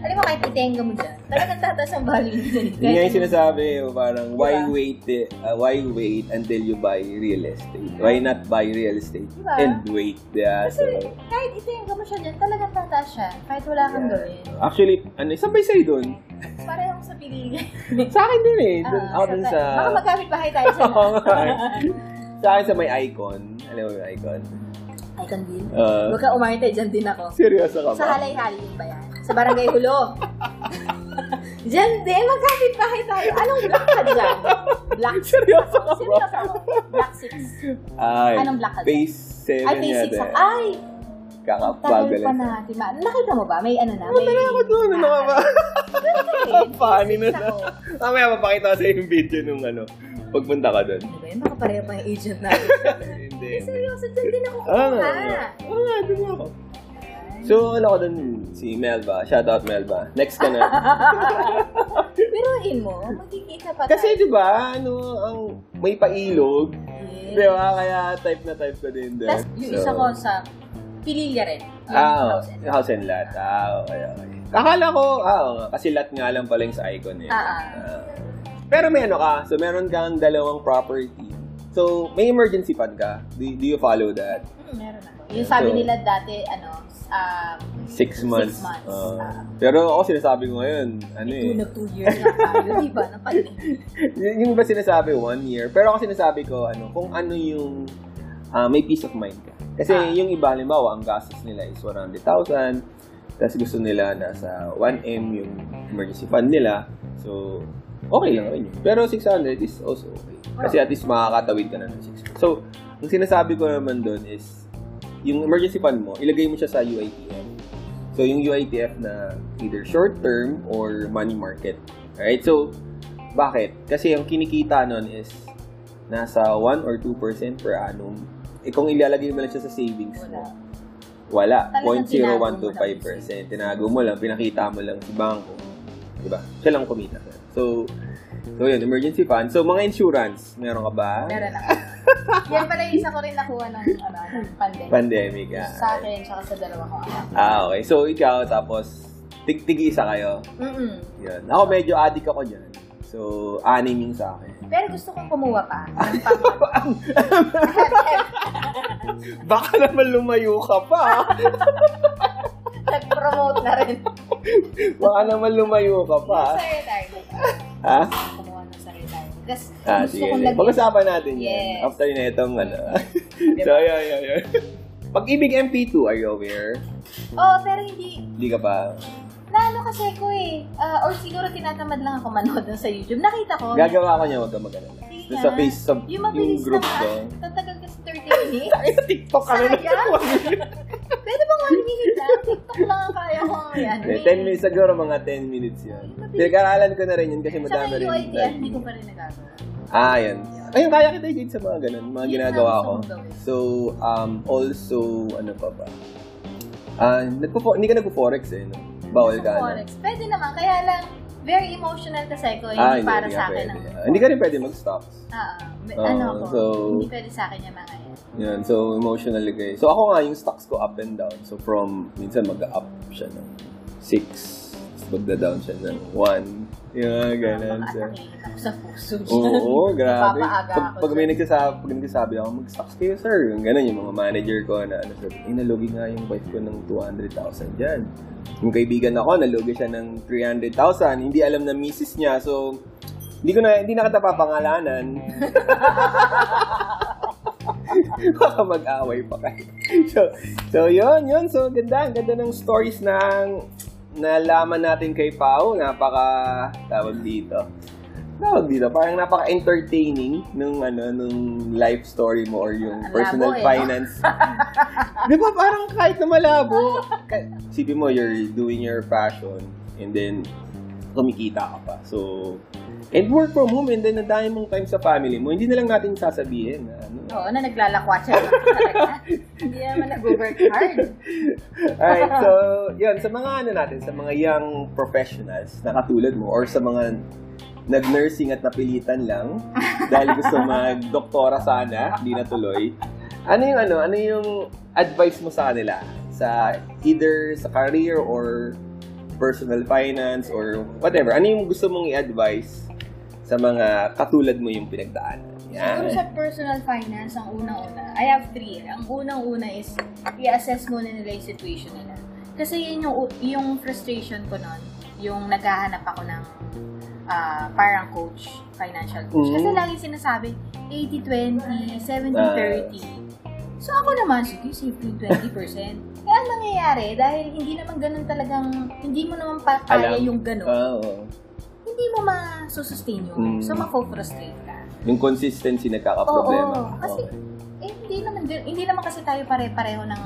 Speaker 3: Alam mo, kahit itenga mo dyan, talagang tataas ang value nila.
Speaker 2: Yun
Speaker 3: eh.
Speaker 2: nga yung
Speaker 3: Kahit-
Speaker 2: sinasabi, yung parang why
Speaker 3: Diba?
Speaker 2: wait eh, uh, why wait until you buy real estate? Why not buy real estate
Speaker 3: Diba?
Speaker 2: and wait? Yeah,
Speaker 3: Kasi
Speaker 2: so
Speaker 3: kahit itenga mo siya dyan, talagang tataas siya. Kahit wala kang gawin.
Speaker 2: actually, ano, sabay sa'yo dun.
Speaker 3: Parehong sa pilihan.
Speaker 2: Sa akin dun eh. Dun,
Speaker 3: Ah,
Speaker 2: ako dun sa...
Speaker 3: Baka magkapit bahay tayo sa
Speaker 2: Oo nga eh. sa akin sa may icon. Alam mo yung icon?
Speaker 3: Icon Bill.
Speaker 2: Uh,
Speaker 3: Huwag ka umarte, dyan din ako.
Speaker 2: seryoso ka
Speaker 3: Sa
Speaker 2: ba?
Speaker 3: halay-halay ba yan? Sa barangay hulo. Diyan din, magkapit bahay tayo. Anong block ka dyan? Block 6.
Speaker 2: Seryoso ka ba?
Speaker 3: Seryoso ako. Block 6.
Speaker 2: Ay,
Speaker 3: Anong black ka dyan?
Speaker 2: Phase 7
Speaker 3: Ay, phase
Speaker 2: yata
Speaker 3: 6 ako.
Speaker 2: eh.
Speaker 3: Ay, tagal
Speaker 2: Kakapagal.
Speaker 3: pa natin. Ma- Nakita mo ba? May ano na? May...
Speaker 2: eh. Wala ako dun. Ano ka
Speaker 3: Ah.
Speaker 2: ba? Funny na
Speaker 3: Phase six
Speaker 2: na.
Speaker 3: ako.
Speaker 2: Mamaya mapakita ko sa'yo yung video nung ano. Pagpunta ka dun.
Speaker 3: Ano ba yun? Baka pareho pa yung agent natin.
Speaker 2: Hindi.
Speaker 3: Eh, Seryoso, dyan din ako
Speaker 2: Ah,
Speaker 3: kuha.
Speaker 2: Oo nga, dun ako. So, ano ko dun, si Melba. Shoutout Melba. Next ka na.
Speaker 3: Biruin mo, magkikita pa tayo.
Speaker 2: Kasi di ba, ano, ang may pailog.
Speaker 3: Yes.
Speaker 2: Di ba? Kaya type na type ko din dun.
Speaker 3: Tapos yung isa ko sa Pililya rin. Yung
Speaker 2: Ah,
Speaker 3: house and-
Speaker 2: oh, house and lot. Ah, okay, okay. Akala ko, ah, oo nga, kasi lot nga lang pala yung sa icon eh.
Speaker 3: Ah, ah.
Speaker 2: Ah. Pero may ano ka, so meron kang dalawang property. So, may emergency fund ka. Do, do you follow that?
Speaker 3: Hmm, meron ako. Yung sabi
Speaker 2: So-
Speaker 3: nila dati, ano, um,
Speaker 2: Six months.
Speaker 3: months.
Speaker 2: Oo.
Speaker 3: Ah.
Speaker 2: pero ako sinasabi ko ngayon, ano eh.
Speaker 3: two na two years na tayo. Di ba? Napalit.
Speaker 2: Y- yung ba sinasabi one year? Pero ako sinasabi ko, ano, kung ano yung ah, may peace of mind ka. Kasi
Speaker 3: Ah.
Speaker 2: yung iba, halimbawa, ang gastos nila is 100,000. Tapos gusto nila nasa 1M yung emergency fund nila. So, okay lang rin yun. Pero 600 is also okay. Kasi at least makakatawid ka na ng 600. So, ang sinasabi ko naman doon is, yung emergency fund mo, ilagay mo siya sa UITF. So, yung UITF na either short term or money market. Alright? So, bakit? Kasi ang kinikita nun is nasa 1 or 2% per annum. Eh, kung ilalagay mo lang siya sa savings
Speaker 3: Wala.
Speaker 2: mo, wala.
Speaker 3: Talagang tinago mo lang.
Speaker 2: 0.0125%. Tinago mo lang, pinakita mo lang sa bangko. Diba? Siya lang kumita. So, so yun, emergency fund. So, mga insurance, meron ka ba?
Speaker 3: Meron ako. Yan pala yung isa ko rin nakuha ng, ano, ng pandemic.
Speaker 2: Pandemic, ah.
Speaker 3: Sa akin, tsaka sa dalawa ko. anak.
Speaker 2: Ah, okay. So, ikaw, tapos, tig-tig-isa kayo.
Speaker 3: Mm-mm.
Speaker 2: Yun. Ako medyo addict ako dyan. So, anim yung sa akin.
Speaker 3: Pero gusto kong kumuha pa. Yung pang-
Speaker 2: Baka naman lumayo ka pa.
Speaker 3: Nag-promote na rin.
Speaker 2: Baka naman lumayo ka pa.
Speaker 3: Sa retirement.
Speaker 2: Ha?
Speaker 3: Kumuha ng sa retirement. Tapos,
Speaker 2: Ah,
Speaker 3: gusto
Speaker 2: sige.
Speaker 3: kong
Speaker 2: sige.
Speaker 3: lagyan.
Speaker 2: Pag-usapan natin
Speaker 3: Yes.
Speaker 2: yan. After na itong ano. so, yun, yun, yun. Pag-ibig MP2, are you aware?
Speaker 3: Oo, Oh, pero hindi,
Speaker 2: Hindi ka pa.
Speaker 3: Naano kasi ko eh. Ah, or siguro tinatamad lang ako manood nun sa YouTube. Nakita ko.
Speaker 2: Gagawa ko niya, huwag ka mag-alala.
Speaker 3: Sige
Speaker 2: Doon
Speaker 3: nga.
Speaker 2: sa face, sa
Speaker 3: Yung
Speaker 2: yung,
Speaker 3: mabilis
Speaker 2: group ko.
Speaker 3: naman. Tatagal kasi 30 minutes.
Speaker 2: Ay, sa TikTok ka na.
Speaker 3: Sayang. Pwede bang 1 minute lang? TikTok lang ang kaya ko yan.
Speaker 2: Eh, 10 minutes siguro, mga 10 minutes yun. Pinag-aralan ko na rin yun kasi
Speaker 3: Tsaka
Speaker 2: madami
Speaker 3: yung
Speaker 2: rin.
Speaker 3: UITF, ah, hindi ko pa rin nagagawa.
Speaker 2: Ah, yan. Ayun, kaya kita i-gauge sa mga ganun, mga
Speaker 3: Yun
Speaker 2: ginagawa
Speaker 3: lang
Speaker 2: ko.
Speaker 3: gusto kong gawin.
Speaker 2: So, um, also, ano pa ba? Ah, nagpo hindi ka nagpo-forex eh, no? Bawal ka,
Speaker 3: Sa
Speaker 2: no?
Speaker 3: Forex. Pwede naman. Kaya lang, very emotional kasi ko. Hindi
Speaker 2: Ah, hindi,
Speaker 3: para
Speaker 2: hindi
Speaker 3: sa
Speaker 2: ka
Speaker 3: akin. ano?
Speaker 2: pwede.
Speaker 3: ang
Speaker 2: Ah, hindi ka rin pwede mag-stocks.
Speaker 3: Ah, ah. May-
Speaker 2: Ah,
Speaker 3: ano ako.
Speaker 2: so-
Speaker 3: Hindi pwede sa akin yung mga yan.
Speaker 2: Yan, so emotional kayo. So ako nga, yung stocks ko up and down. So from, minsan mag-up siya ng 6, magda-down siya ng one. Yung mga ganun. So,
Speaker 3: Nakakasakit ako sa puso dyan.
Speaker 2: Oo, grabe.
Speaker 3: Napapaaga
Speaker 2: Pag,
Speaker 3: ako
Speaker 2: pag may
Speaker 3: dyan.
Speaker 2: nagsasabi, pag nagsasabi ako, mag-stocks kayo sir. Yung ganun, yung mga manager ko na ano sabi, eh, nalugi nga yung wife ko ng 200,000 dyan. Yung kaibigan ako, nalugi siya ng 300,000. Hindi alam na misis niya, so hindi ko na, hindi na kita papangalanan. Baka mag-away pa kayo. so, so yun, yun. So, ganda. Ang ganda ng stories ng nalaman natin kay Pao. Napaka, tawag dito tawag dito, parang napaka-entertaining nung ano, nung life story mo or yung
Speaker 3: Ang labo
Speaker 2: personal
Speaker 3: eh, no?
Speaker 2: finance. Di ba parang kahit na malabo, ka- isipin mo, you're doing your passion and then kumikita ka pa. So, and work from home and then nadami mong time sa family mo, hindi na lang natin sasabihin na ano.
Speaker 3: Oo, na naglalakwa siya. Talaga. Hindi naman nag-work hard.
Speaker 2: Alright, so, yun, sa mga ano natin, sa mga young professionals na katulad mo or sa mga nag-nursing at napilitan lang dahil gusto mag-doktora sana, di natuloy. Ano yung ano, ano yung advice mo sa kanila? Sa either sa career or personal finance or whatever. Ano yung gusto mong i-advise sa mga katulad mo yung pinagdaanan?
Speaker 3: Siguro
Speaker 2: Yan.
Speaker 3: sa personal finance, ang unang-una, I have three. Ang unang-una is, i-assess muna nila yung situation nila. Kasi yun yung, yung frustration ko nun, yung naghahanap ako ng ah, parang coach, financial coach. Kasi
Speaker 2: Mm.
Speaker 3: lagi sinasabi, 80-20, 70-30. So ako naman, sige, save ko yung 20%. Kaya Eh, ang nangyayari, dahil hindi naman ganun talagang, hindi mo naman pa kaya
Speaker 2: Alam.
Speaker 3: yung ganun,
Speaker 2: Oo.
Speaker 3: hindi mo masusustain yun.
Speaker 2: Mm.
Speaker 3: So, mapofrustrate ka.
Speaker 2: yung consistency
Speaker 3: Oo,
Speaker 2: nagkakaproblema.
Speaker 3: kasi- Eh, hindi naman, din- hindi naman kasi tayo pare-pareho ng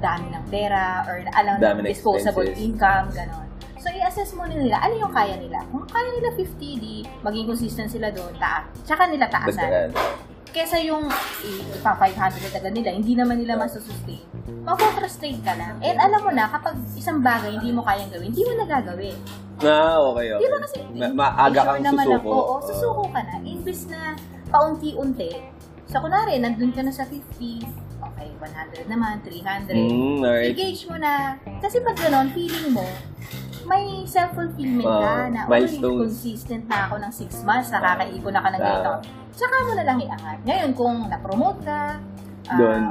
Speaker 3: dami ng pera or alam
Speaker 2: Dami
Speaker 3: ng
Speaker 2: ng
Speaker 3: disposable
Speaker 2: expenses.
Speaker 3: income, gano'n. So, i-assess muna nila, ano yung kaya nila. Kung kaya nila 50, di maging consistent sila doon, taas. Tsaka nila taasan.
Speaker 2: Dagdagan.
Speaker 3: Kesa yung eh, ipa 500 agad nila, hindi naman nila masusustain. Mapofrustrate ka lang. And alam mo na, kapag isang bagay hindi mo kayang gawin, hindi mo na gagawin.
Speaker 2: Ah, okay, okay.
Speaker 3: Di ba kasi-
Speaker 2: Ma- maaga
Speaker 3: Eh, sure
Speaker 2: kang
Speaker 3: naman
Speaker 2: susuko.
Speaker 3: Ako, oo, susuko ka na. Imbis na paunti-unti. So, kunwari, nandun ka na sa 50, okay, 100 naman, 300.
Speaker 2: Mm, alright.
Speaker 3: I-gauge mo na. Kasi pag ganun, feeling mo, may self-fulfillment ka
Speaker 2: Wow,
Speaker 3: na,
Speaker 2: Ah, milestones. Ah.
Speaker 3: uy, consistent na ako ng 6 months, nakakaipon na ka na
Speaker 2: Tama.
Speaker 3: ganito. Tsaka mo na lang iangat. Ngayon, kung na-promote ka, ah,
Speaker 2: Doon.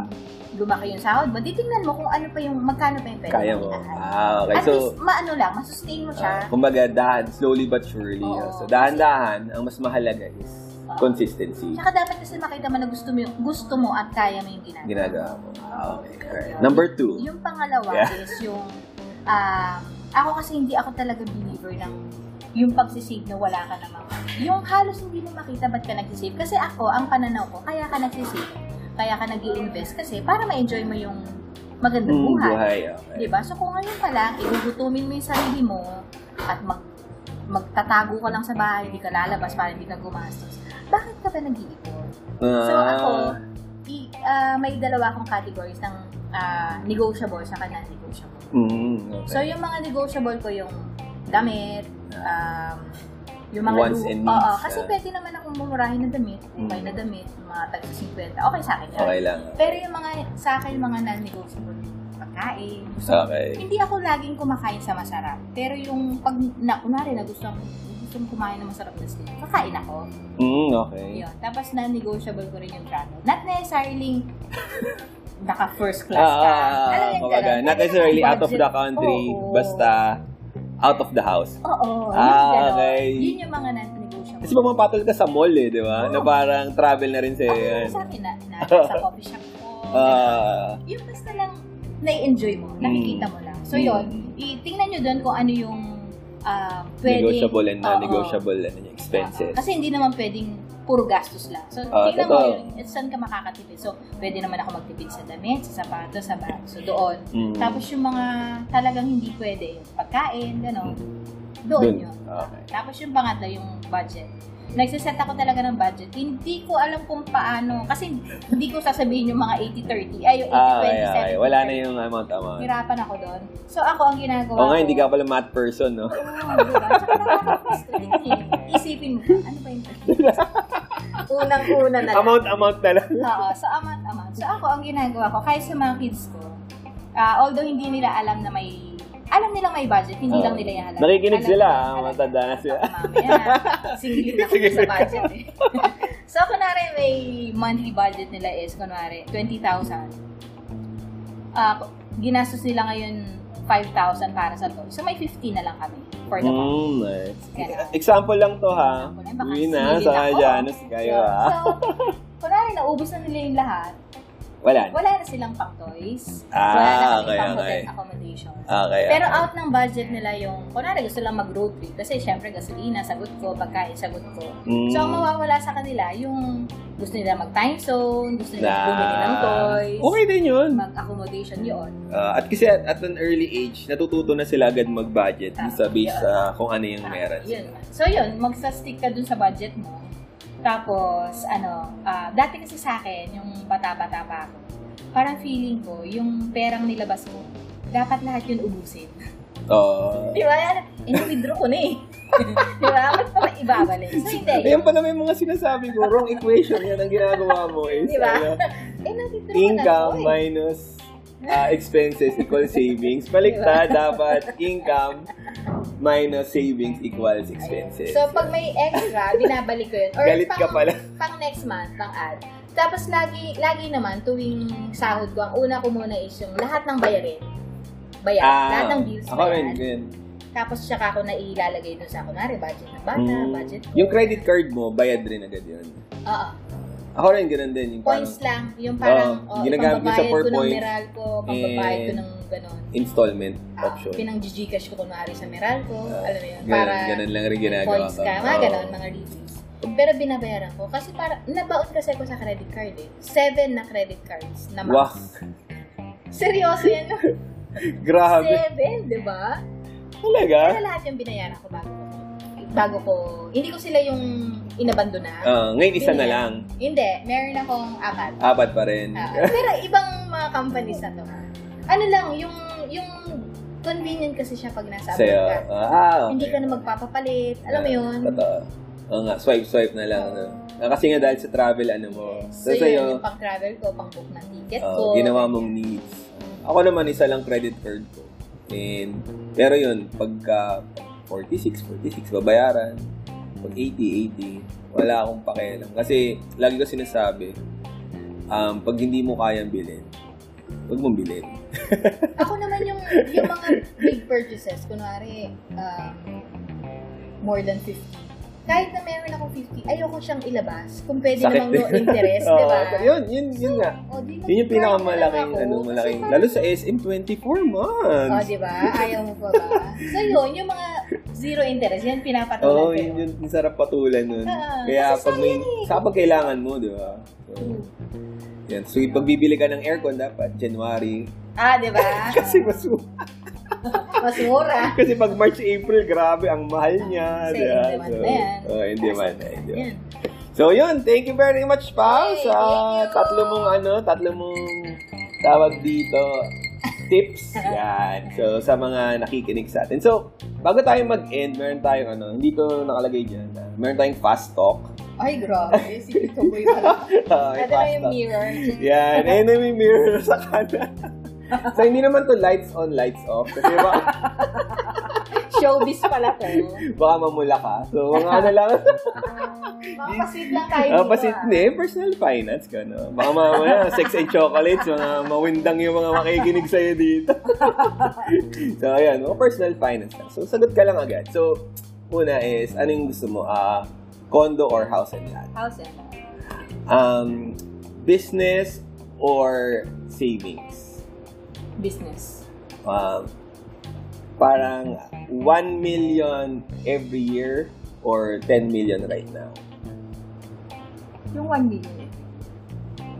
Speaker 3: lumaki yung sahod mo, titingnan mo kung ano pa yung, magkano pa yung pwede
Speaker 2: Kaya
Speaker 3: mong
Speaker 2: mo.
Speaker 3: iangat.
Speaker 2: Ah, okay.
Speaker 3: At
Speaker 2: So,
Speaker 3: least, maano lang, masustain mo siya.
Speaker 2: ah, kumbaga, dahan, slowly but surely. ah.
Speaker 3: Oo.
Speaker 2: So, dahan-dahan, ang mas mahalaga is
Speaker 3: Oo.
Speaker 2: consistency.
Speaker 3: Tsaka dapat kasi makita mo na gusto mo, yung- gusto mo at kaya mo yung ginagawa.
Speaker 2: Ginagawa mo. Ah, okay. Alright. Number two.
Speaker 3: Yung pangalawa
Speaker 2: Yeah.
Speaker 3: is yung, um, ako kasi hindi ako talaga believer ng yung pagsisave na wala ka naman. Yung halos hindi mo makita ba't ka nagsisave. Kasi ako, ang pananaw ko, kaya ka nagsisave. Kaya ka nag invest kasi para ma-enjoy mo yung magandang
Speaker 2: Mm,
Speaker 3: buhay.
Speaker 2: buhay. Okay.
Speaker 3: Diba? So kung ngayon pa lang, igugutumin mo yung sarili mo at mag, magtatago ka lang sa bahay, hindi ka lalabas para hindi ka gumastos, bakit ka ba nag-iipon? So
Speaker 2: Ah,
Speaker 3: ako, i, ah, may dalawa akong categories ng ah, negotiable sa non-negotiable.
Speaker 2: mm, okay.
Speaker 3: So yung mga negotiable ko yung damit,
Speaker 2: Ah.
Speaker 3: um, yung mga
Speaker 2: Wants
Speaker 3: lu-
Speaker 2: and
Speaker 3: Oo,
Speaker 2: needs,
Speaker 3: kasi
Speaker 2: ah.
Speaker 3: pwede naman akong mumurahin na damit, okay
Speaker 2: Mm.
Speaker 3: na damit, mga tag 50, okay sa akin yan.
Speaker 2: okay lang. ah.
Speaker 3: Pero yung mga, sa akin, yung mga non-negotiable, pagkain, gusto
Speaker 2: Ah, Okay.
Speaker 3: hindi ako laging kumakain sa masarap. Pero yung pag, na, kunwari na gusto, gusto kong kumain ng masarap na steak, kakain ako.
Speaker 2: Mm, okay.
Speaker 3: Yun. Tapos na-negotiable ko rin yung travel. Not necessarily naka
Speaker 2: Ah,
Speaker 3: first class
Speaker 2: ah,
Speaker 3: ka.
Speaker 2: ah,
Speaker 3: Alam
Speaker 2: ah,
Speaker 3: mo yun,
Speaker 2: kumbaga,
Speaker 3: ganun.
Speaker 2: not
Speaker 3: Pwede
Speaker 2: necessarily
Speaker 3: naman
Speaker 2: out of the
Speaker 3: budget.
Speaker 2: country,
Speaker 3: Oo.
Speaker 2: basta out of the house.
Speaker 3: Oo. yun,
Speaker 2: Ah,
Speaker 3: ganun.
Speaker 2: okay.
Speaker 3: Yun yung mga non-negotiable.
Speaker 2: Kasi pumapatol ka sa mall eh, di ba?
Speaker 3: Oo.
Speaker 2: Na parang travel na rin sa'yo
Speaker 3: Ako
Speaker 2: yan.
Speaker 3: sa akin, na, na, sa coffee shop ko.
Speaker 2: Ah, Hmm.
Speaker 3: yung basta lang na-enjoy mo, nakikita mo lang. So yun, itingnan nyo doon kung ano yung ah, pwede.
Speaker 2: negotiable and
Speaker 3: Oo.
Speaker 2: non-negotiable ano yung expenses.
Speaker 3: Oo. Diba? Kasi hindi naman pwedeng puro gastos lang. So,
Speaker 2: Ah,
Speaker 3: tingnan mo
Speaker 2: totoo.
Speaker 3: yun, eh, saan ka makakatipid. So, pwede naman ako magtipid sa damit, sa sapatos, sa bag. So, doon.
Speaker 2: Mm.
Speaker 3: Tapos yung mga talagang hindi pwede, yung pagkain, gano'n,
Speaker 2: Mm.
Speaker 3: doon
Speaker 2: Dun.
Speaker 3: yun.
Speaker 2: Okay.
Speaker 3: Tapos yung pangatlo, yung budget. Nagsiset ako talaga ng budget. Hindi ko alam kung paano, kasi hindi ko sasabihin yung mga 80-30, ay yung
Speaker 2: Ah,
Speaker 3: 80-20,
Speaker 2: okay, okay.
Speaker 3: 70,
Speaker 2: Wala na yung amount, amount.
Speaker 3: Hirapan ako doon. So, ako ang ginagawa
Speaker 2: Oo nga, hindi
Speaker 3: ko-
Speaker 2: ka pala math person, no?
Speaker 3: Oo, diba? Tsaka nakaka-frustrate eh. Isipin mo, ano ba yung Unang-una na lang.
Speaker 2: amount, amount na lang.
Speaker 3: Oo, so amount, amount. So ako, ang ginagawa ko, kahit sa mga kids ko, ah, although hindi nila alam na may alam nilang may budget, hindi
Speaker 2: Oo.
Speaker 3: lang nila yan alam.
Speaker 2: Nakikinig
Speaker 3: Alam
Speaker 2: sila,
Speaker 3: nila,
Speaker 2: ah,
Speaker 3: alam
Speaker 2: matanda na sila.
Speaker 3: Baka Mamaya, singilin ako
Speaker 2: Sige.
Speaker 3: sa budget eh. so, kunwari may monthly budget nila is, kunwari, 20,000. Ah, ginastos nila ngayon 5,000 para sa toy. So, may 50 na lang kami for the month.
Speaker 2: Mm, nice.
Speaker 3: Ganun.
Speaker 2: Example lang to ha.
Speaker 3: Example lang, baka
Speaker 2: Yun na,
Speaker 3: singilin
Speaker 2: sa
Speaker 3: ako.
Speaker 2: Janus kayo ah. ha.
Speaker 3: So, kunwari, naubos na nila yung lahat,
Speaker 2: Wala na.
Speaker 3: wala na silang pang toys.
Speaker 2: Ah,
Speaker 3: wala na kaming
Speaker 2: okay,
Speaker 3: pang hotel
Speaker 2: okay. Ah,
Speaker 3: accommodation.
Speaker 2: Okay.
Speaker 3: Pero out ng budget nila yung, kunwari gusto lang mag-road trip. Kasi syempre gasolina, sagot ko, pagkain, sagot ko.
Speaker 2: Mm.
Speaker 3: So, ang mawawala sa kanila, yung gusto nila mag-time zone, gusto nila
Speaker 2: Na-
Speaker 3: bumili ng toys,
Speaker 2: Okay din yun.
Speaker 3: mag-accommodation yun.
Speaker 2: Uh, at kasi at, at an early age, natututo na sila agad mag-budget
Speaker 3: Ah,
Speaker 2: dun sa base sa kung ano yung meron.
Speaker 3: Yun. So, yun, magsastick ka dun sa budget mo. Tapos, ano, ah, dati kasi sa akin, yung bata-bata pa ako, parang feeling ko, yung perang nilabas mo, dapat lahat yun ubusin.
Speaker 2: Oo.
Speaker 3: Di ba? Ini-withdraw ko na eh. Di ba? Ba't pa ba ibabalik? So, hindi.
Speaker 2: Ayan pala may mga sinasabi ko. Wrong equation yan ang ginagawa mo. Is,
Speaker 3: Di ba?
Speaker 2: ano,
Speaker 3: Eh, nag-withdraw ko na ako
Speaker 2: income
Speaker 3: eh.
Speaker 2: minus uh, expenses equals savings. Baliktad, dapat income minus savings equals expenses.
Speaker 3: So, pag may extra, binabalik ko yun. Or
Speaker 2: Galit
Speaker 3: pang,
Speaker 2: ka pala.
Speaker 3: Pang next month, pang ad. Tapos, lagi, lagi naman, tuwing sahod ko, ang una ko muna is yung lahat ng bayarin. Bayan. lahat ng bills
Speaker 2: Ah, Ako rin,
Speaker 3: bayan.
Speaker 2: ganyan.
Speaker 3: Tapos, tsaka ako na ilalagay dun sa, kunwari, budget ng bata,
Speaker 2: Mm.
Speaker 3: budget.
Speaker 2: Yung credit card mo, bayad rin agad yun.
Speaker 3: Oo.
Speaker 2: Ako rin, ganun din. Yung parang
Speaker 3: Points lang. Yung parang,
Speaker 2: Oo,
Speaker 3: oh,
Speaker 2: ginagamit yun sa
Speaker 3: ipambabayad ko
Speaker 2: four
Speaker 3: ng
Speaker 2: points.
Speaker 3: Meralco, pambabayad ko
Speaker 2: And-
Speaker 3: ng gano'n.
Speaker 2: installment
Speaker 3: Ah,
Speaker 2: option.
Speaker 3: pinang-gcash ko kunwari sa Meralco, alam mo yun,
Speaker 2: Ganun,
Speaker 3: para
Speaker 2: ganun lang rin ginagawa
Speaker 3: points
Speaker 2: ko.
Speaker 3: ka, mga
Speaker 2: Oo.
Speaker 3: ganun, mga rebates. Pero binabayaran ko kasi para nabaon kasi ako sa credit card eh. Seven na credit cards na
Speaker 2: Wow,
Speaker 3: max. Seryoso yan. no?
Speaker 2: grabe.
Speaker 3: Seven, di ba? Pero
Speaker 2: Talaga?
Speaker 3: lahat yung binayaran ko bago ko. Bago ko, hindi ko sila yung inabandona.
Speaker 2: Ah, ngayon isa na lang.
Speaker 3: Hindi, meron akong apat.
Speaker 2: Apat pa rin.
Speaker 3: Ah, pero ibang mga companies na to. Ano lang, yung, yung convenient kasi siya pag nasa abroad
Speaker 2: Sa'yo.
Speaker 3: ka.
Speaker 2: Ah, okay. Ah,
Speaker 3: Hindi ka na magpapapalit. Alam mo yun?
Speaker 2: Totoo. Oo nga, swipe-swipe na lang. Ano. Ah, kasi nga dahil sa travel, ano mo.
Speaker 3: So, yun, yung pang-travel ko, pang-book ng ticket
Speaker 2: Oo,
Speaker 3: ko.
Speaker 2: Ah, ginawa mong needs. Ako naman, isa lang credit card ko. And, pero yun, pagka 46, 46, babayaran. Pag 80, 80, wala akong pakialam. Kasi, lagi ko sinasabi, um, pag hindi mo kayang bilhin, huwag mong bilhin.
Speaker 3: Ako naman yung, yung mga big purchases, kunwari, um, more than 50. Kahit na meron akong 50, ayoko siyang ilabas. Kung pwede
Speaker 2: Sakit
Speaker 3: namang no
Speaker 2: din.
Speaker 3: interest,
Speaker 2: Oo,
Speaker 3: di ba?
Speaker 2: Ah, Yun, yun, yun nga.
Speaker 3: O,
Speaker 2: Yun yung
Speaker 3: di mag-try diba? na lang
Speaker 2: pinakamalaking,
Speaker 3: ako.
Speaker 2: ano, malaking,
Speaker 3: Kasi
Speaker 2: lalo sa SM, 24
Speaker 3: O,
Speaker 2: months.
Speaker 3: di ba? Ayaw mo pa ba? so, yun, yung mga zero interest, yan pinapatulan
Speaker 2: Oo,
Speaker 3: ko
Speaker 2: yun, yun, yung sarap patulan nun.
Speaker 3: Ah,
Speaker 2: Kaya
Speaker 3: kasi Hmm.
Speaker 2: pag may,
Speaker 3: sayang eh.
Speaker 2: sa pag kailangan mo, di ba? So, Yan. So, pag bibili ka ng aircon, dapat January.
Speaker 3: Ah, di ba?
Speaker 2: Kasi mas,
Speaker 3: Mas mura.
Speaker 2: kasi pag March, April, grabe, ang mahal niya.
Speaker 3: Ah, Kasi
Speaker 2: di ba?
Speaker 3: in-demand na yan.
Speaker 2: oh, in-demand na, in-demand.
Speaker 3: Yan.
Speaker 2: So, yun. Thank you very much, pa
Speaker 3: Hey,
Speaker 2: sa
Speaker 3: thank you.
Speaker 2: tatlo mong, ano, tatlo mong tawag dito, tips. Yan. So, sa mga nakikinig sa atin. So, bago tayo mag-end, meron tayong, ano, hindi to nakalagay dyan. ah, Meron tayong fast talk.
Speaker 3: Ay, grabe. Si Tito Boy pala.
Speaker 2: Ah, may
Speaker 3: Ito na yung
Speaker 2: talk.
Speaker 3: mirror.
Speaker 2: Yan, enemy mirror sa kanan. so, hindi naman to lights on, lights off. Kasi baka,
Speaker 3: Showbiz pala to.
Speaker 2: baka mamula ka. So, mga ano lang.
Speaker 3: Makapasweet lang tayo dito. ah.
Speaker 2: Uh, pasi, hindi, personal finance ka, no? Baka mamaya, sex and chocolates, mga mawindang yung mga makikinig sa'yo dito. so, ayan, mga personal finance lang. So, sagot ka lang agad. So, una is, ano yung gusto mo? Ah, condo or house and land?
Speaker 3: House and
Speaker 2: Um, business or savings?
Speaker 3: business.
Speaker 2: um, parang 1 million every year or 10 million right now.
Speaker 3: Yung 1 million.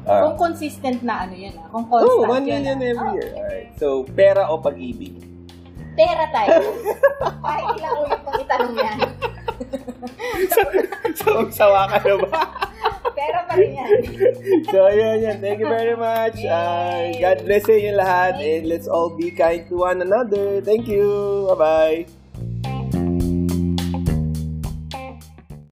Speaker 2: Uh,
Speaker 3: Kung consistent na ano yun ah.
Speaker 2: oh,
Speaker 3: Kung constant
Speaker 2: 1
Speaker 3: yun
Speaker 2: million
Speaker 3: ah.
Speaker 2: every
Speaker 3: Oh,
Speaker 2: year. Alright. So, pera o pag-ibig?
Speaker 3: Pera tayo. Ay, ilang ulit pang itanong yan.
Speaker 2: so, sawa ka na ba?
Speaker 3: Pera pa rin yan.
Speaker 2: so, yun, yun. Thank you very much. Uh, God bless sa inyo lahat. And let's all be kind to one another. Thank you. Bye-bye.